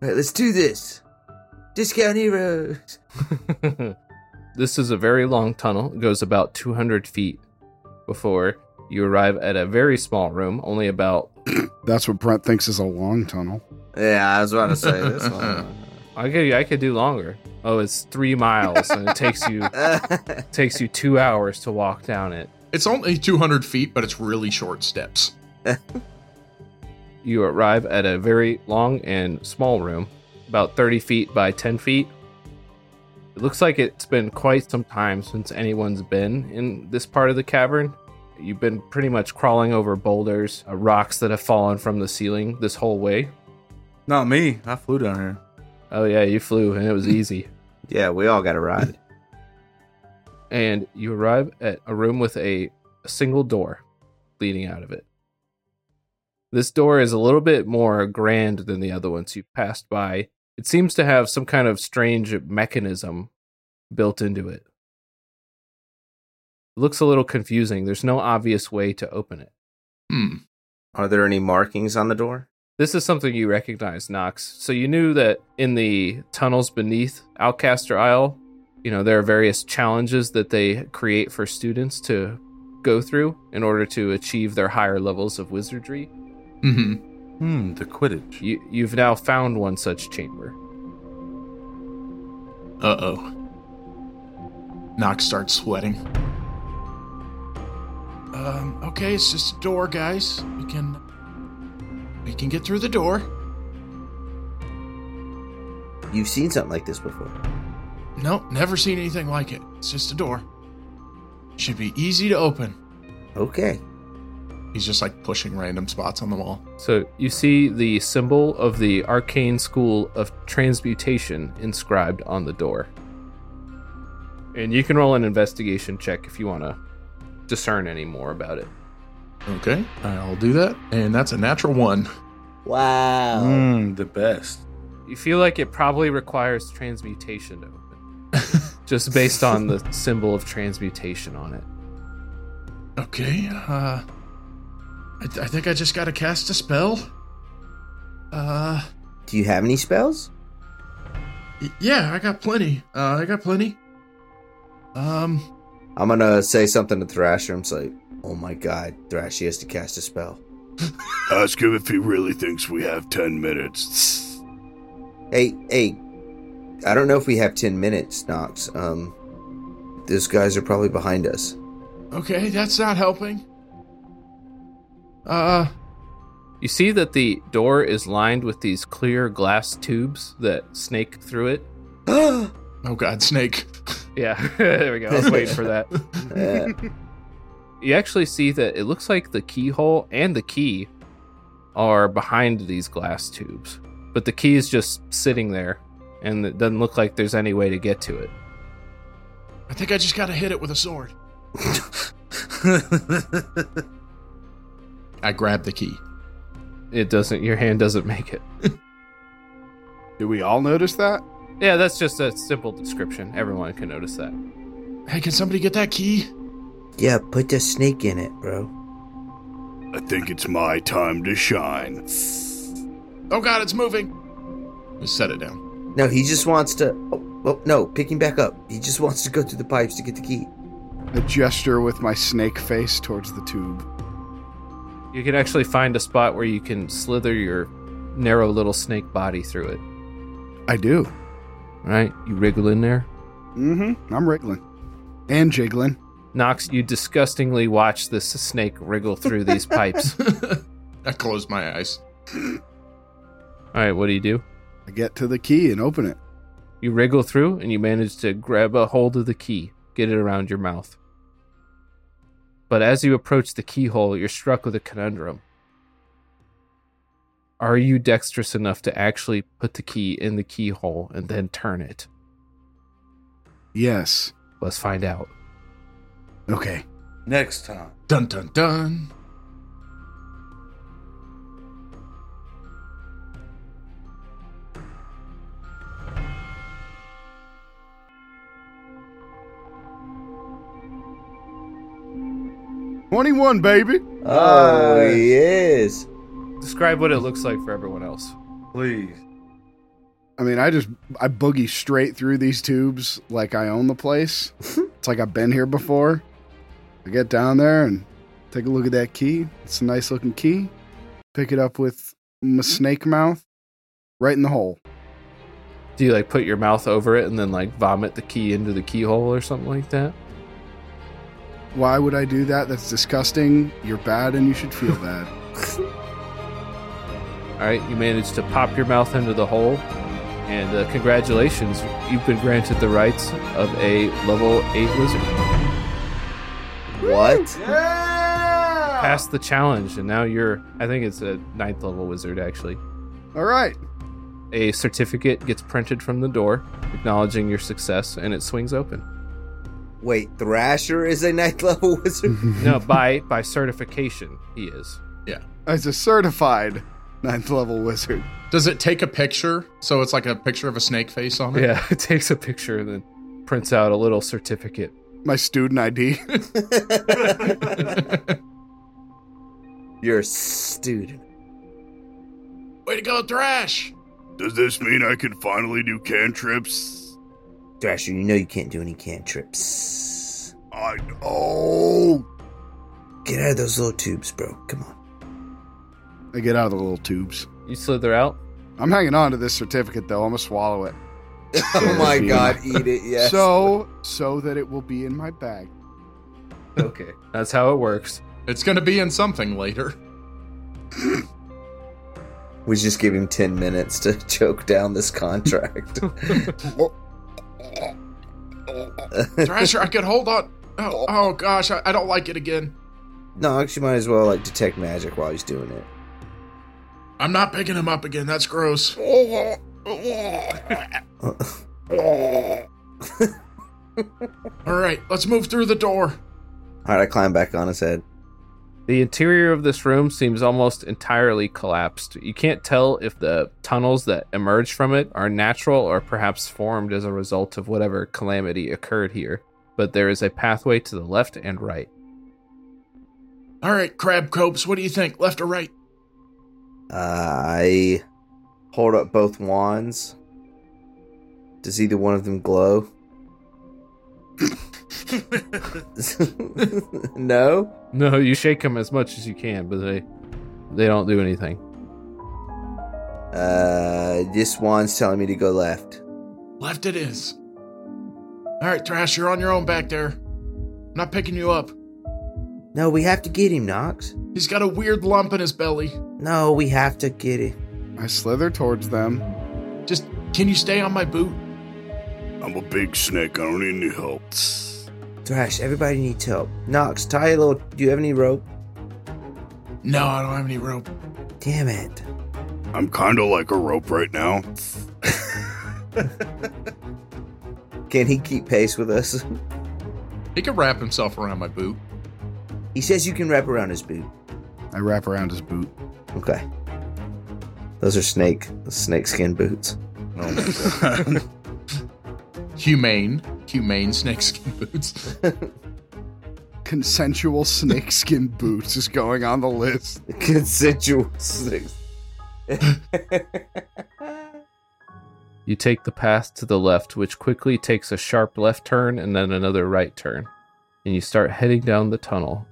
let's do this. Discount heroes.
this is a very long tunnel. It goes about 200 feet before you arrive at a very small room, only about,
That's what Brent thinks is a long tunnel.
Yeah, I was about to say this one.
I could, I could do longer. Oh, it's three miles and it takes you, takes you two hours to walk down it.
It's only 200 feet, but it's really short steps.
You arrive at a very long and small room, about 30 feet by 10 feet. It looks like it's been quite some time since anyone's been in this part of the cavern. You've been pretty much crawling over boulders, uh, rocks that have fallen from the ceiling this whole way.
Not me. I flew down here.
Oh yeah, you flew and it was easy.
yeah, we all got to ride.
and you arrive at a room with a, a single door leading out of it. This door is a little bit more grand than the other ones you passed by. It seems to have some kind of strange mechanism built into it. It looks a little confusing. There's no obvious way to open it.
Hmm.
Are there any markings on the door?
This is something you recognize, Knox. So you knew that in the tunnels beneath Alcaster Isle, you know, there are various challenges that they create for students to go through in order to achieve their higher levels of wizardry.
hmm
Hmm, the Quidditch.
You, you've now found one such chamber.
Uh oh. Knox starts sweating. Um, okay, it's just a door, guys. We can we can get through the door.
You've seen something like this before.
No, never seen anything like it. It's just a door. Should be easy to open.
Okay.
He's just like pushing random spots on the wall.
So you see the symbol of the arcane school of transmutation inscribed on the door. And you can roll an investigation check if you want to discern any more about it.
Okay, I'll do that. And that's a natural one.
Wow.
Hmm, the best.
You feel like it probably requires transmutation to open. just based on the symbol of transmutation on it.
Okay, uh. I, th- I think I just gotta cast a spell. Uh.
Do you have any spells?
y- yeah, I got plenty. Uh, I got plenty. Um.
I'm gonna say something to Thrasher. I'm just like, oh my god, Thrasher has to cast a spell.
Ask him if he really thinks we have 10 minutes.
Hey, hey, I don't know if we have ten minutes, Knox. Um, those guys are probably behind us.
Okay, that's not helping. Uh.
You see that the door is lined with these clear glass tubes that snake through it.
Uh,
Oh god, Snake.
Yeah, there we go. I was waiting for that.
Uh,
You actually see that it looks like the keyhole and the key are behind these glass tubes, but the key is just sitting there, and it doesn't look like there's any way to get to it.
I think I just gotta hit it with a sword. I grab the key.
It doesn't. Your hand doesn't make it.
Do we all notice that?
Yeah, that's just a simple description. Everyone can notice that.
Hey, can somebody get that key?
yeah, put the snake in it, bro.
I think it's my time to shine.
Oh god, it's moving. Just set it down.
No, he just wants to. Oh, oh no, picking back up. He just wants to go through the pipes to get the key.
A gesture with my snake face towards the tube.
You can actually find a spot where you can slither your narrow little snake body through it.
I do.
Right? You wriggle in there.
Mm-hmm. I'm wriggling and jiggling.
Knox, you disgustingly watch this snake wriggle through these pipes.
I close my eyes.
All right, what do you do?
I get to the key and open it.
You wriggle through and you manage to grab a hold of the key, get it around your mouth. But as you approach the keyhole, you're struck with a conundrum. Are you dexterous enough to actually put the key in the keyhole and then turn it?
Yes.
Let's find out.
Okay.
Next time.
Dun dun dun.
Twenty-one, baby.
Oh, yes.
Describe what it looks like for everyone else.
Please.
I mean, I just I boogie straight through these tubes like I own the place. it's like I've been here before. I get down there and take a look at that key. It's a nice looking key. Pick it up with my snake mouth, right in the hole.
Do you like put your mouth over it and then like vomit the key into the keyhole or something like that?
Why would I do that? That's disgusting. You're bad, and you should feel bad.
All right, you managed to pop your mouth into the hole, and uh, congratulations, you've been granted the rights of a level 8 wizard.
What?
Passed the challenge, and now you're, I think it's a ninth level wizard actually.
All right.
A certificate gets printed from the door, acknowledging your success, and it swings open.
Wait, Thrasher is a ninth level wizard.
no, by by certification, he is.
As a certified ninth level wizard.
Does it take a picture? So it's like a picture of a snake face on it?
Yeah, it takes a picture and then prints out a little certificate.
My student ID.
You're a student.
Way to go, Thrash!
Does this mean I can finally do cantrips?
Thrasher, you know you can't do any cantrips.
I know.
Get out of those little tubes, bro. Come on.
I get out of the little tubes.
You slither out.
I'm hanging on to this certificate though. I'm gonna swallow it.
Oh my god, eat it, yes.
So so that it will be in my bag.
Okay, that's how it works.
It's gonna be in something later.
we just give him 10 minutes to choke down this contract.
Thrasher, I could hold on. Oh, oh gosh, I, I don't like it again.
no, actually, might as well like detect magic while he's doing it.
I'm not picking him up again. That's gross. All right, let's move through the door.
All right, I climb back on his head.
The interior of this room seems almost entirely collapsed. You can't tell if the tunnels that emerge from it are natural or perhaps formed as a result of whatever calamity occurred here, but there is a pathway to the left and right.
All right, Crab Copes, what do you think? Left or right?
Uh, I hold up both wands. Does either one of them glow? no?
No, you shake them as much as you can, but they they don't do anything.
Uh, this wand's telling me to go left.
Left it is. All right, Trash, you're on your own back there. I'm not picking you up.
No, we have to get him, Knox.
He's got a weird lump in his belly.
No, we have to get him.
I slither towards them.
Just, can you stay on my boot?
I'm a big snake. I don't need any help.
Thrash, everybody needs help. Knox, tie a little. Do you have any rope?
No, I don't have any rope.
Damn it.
I'm kind of like a rope right now.
Can he keep pace with us?
He could wrap himself around my boot.
He says you can wrap around his boot.
I wrap around his boot.
Okay. Those are snake snake skin boots.
Humane, humane snakeskin boots.
Consensual snakeskin boots is going on the list.
Consensual snakes.
You take the path to the left, which quickly takes a sharp left turn and then another right turn, and you start heading down the tunnel.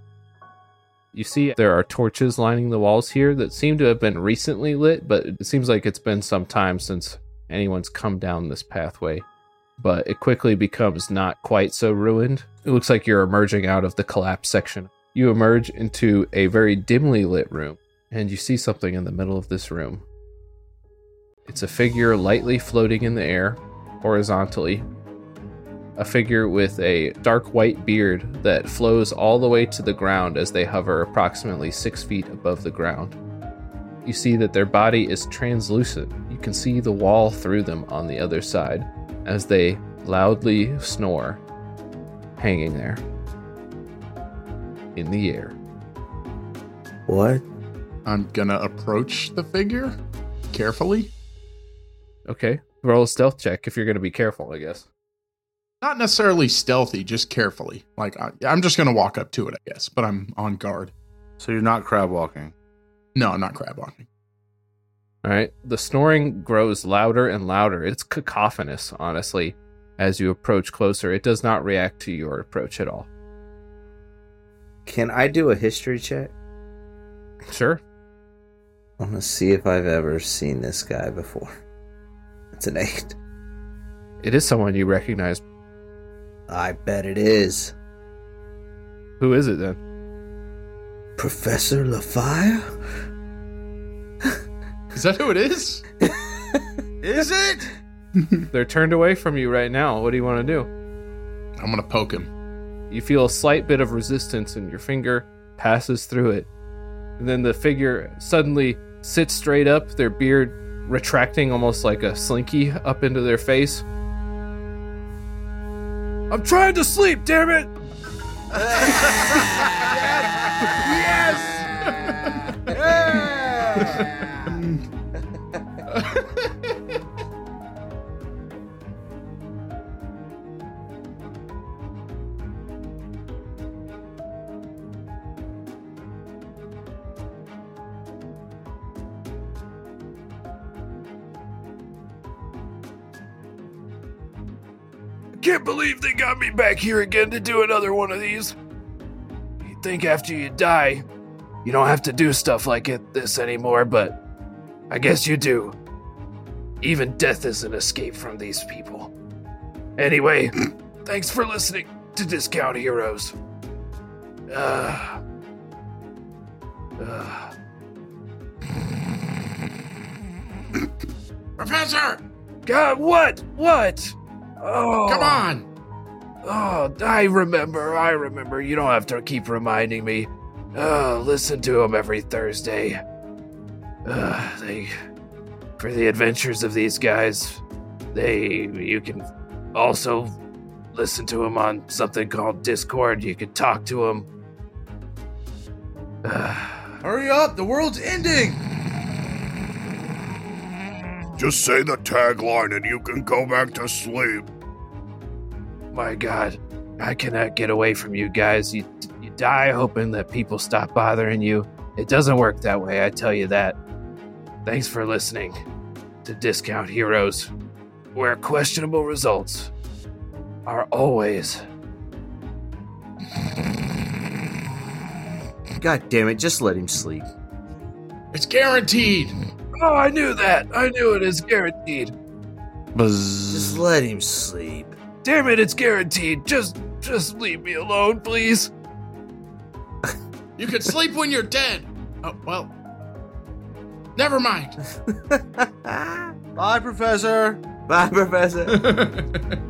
You see there are torches lining the walls here that seem to have been recently lit, but it seems like it's been some time since anyone's come down this pathway. But it quickly becomes not quite so ruined. It looks like you're emerging out of the collapse section. You emerge into a very dimly lit room, and you see something in the middle of this room. It's a figure lightly floating in the air, horizontally. A figure with a dark white beard that flows all the way to the ground as they hover approximately six feet above the ground. You see that their body is translucent. You can see the wall through them on the other side as they loudly snore, hanging there in the air.
What?
I'm gonna approach the figure carefully.
Okay, roll a stealth check if you're going to be careful, I guess.
Not necessarily stealthy, just carefully. Like, I, I'm just gonna walk up to it, I guess, but I'm on guard.
So you're not crab walking.
No, I'm not crab walking.
All right. The snoring grows louder and louder. It's cacophonous, honestly, as you approach closer. It does not react to your approach at all.
Can I do a history check?
Sure.
I want to see if I've ever seen this guy before. It's an eight.
It is someone you recognize.
I bet it is.
Who is it then?
Professor LaFire?
Is that who it is?
Is it?
They're turned away from you right now. What do you want to do?
I'm gonna poke him.
You feel a slight bit of resistance, and your finger passes through it. And then the figure suddenly sits straight up, their beard retracting almost like a slinky up into their face. I'm trying to sleep, damn it!
Can't believe they got me back here again to do another one of these. You think after you die, you don't have to do stuff like it, this anymore, but I guess you do. Even death is an escape from these people. Anyway, thanks for listening to Discount Heroes. Uh, uh,
Professor!
God, what? What? Oh,
Come on!
Oh, I remember, I remember. You don't have to keep reminding me. Uh, listen to them every Thursday. Uh, they, for the adventures of these guys, they you can also listen to them on something called Discord. You can talk to them.
Hurry up! The world's ending.
Just say the tagline and you can go back to sleep.
My God, I cannot get away from you guys. You, you die hoping that people stop bothering you. It doesn't work that way, I tell you that. Thanks for listening to Discount Heroes, where questionable results are always.
God damn it, just let him sleep.
It's guaranteed.
Oh, I knew that! I knew it is guaranteed.
Just let him sleep.
Damn it, it's guaranteed. Just, just leave me alone, please.
You can sleep when you're dead. Oh well. Never mind.
Bye, Professor.
Bye, Professor.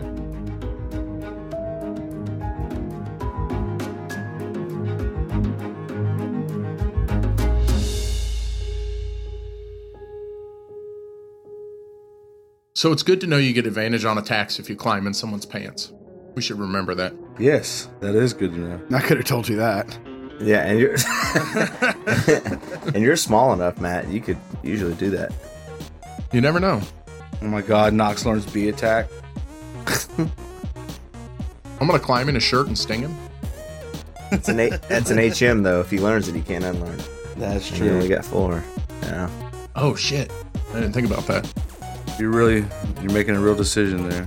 So it's good to know you get advantage on attacks if you climb in someone's pants. We should remember that.
Yes, that is good to know.
I could have told you that.
yeah, and you're and you're small enough, Matt. You could usually do that.
You never know.
Oh my God, Knox learns B attack.
I'm gonna climb in his shirt and sting him.
It's an a- that's an HM though. If he learns it, he can't unlearn. it.
That's
And You only got four. Yeah.
Oh shit! I didn't think about that.
You're really, you're making a real decision there.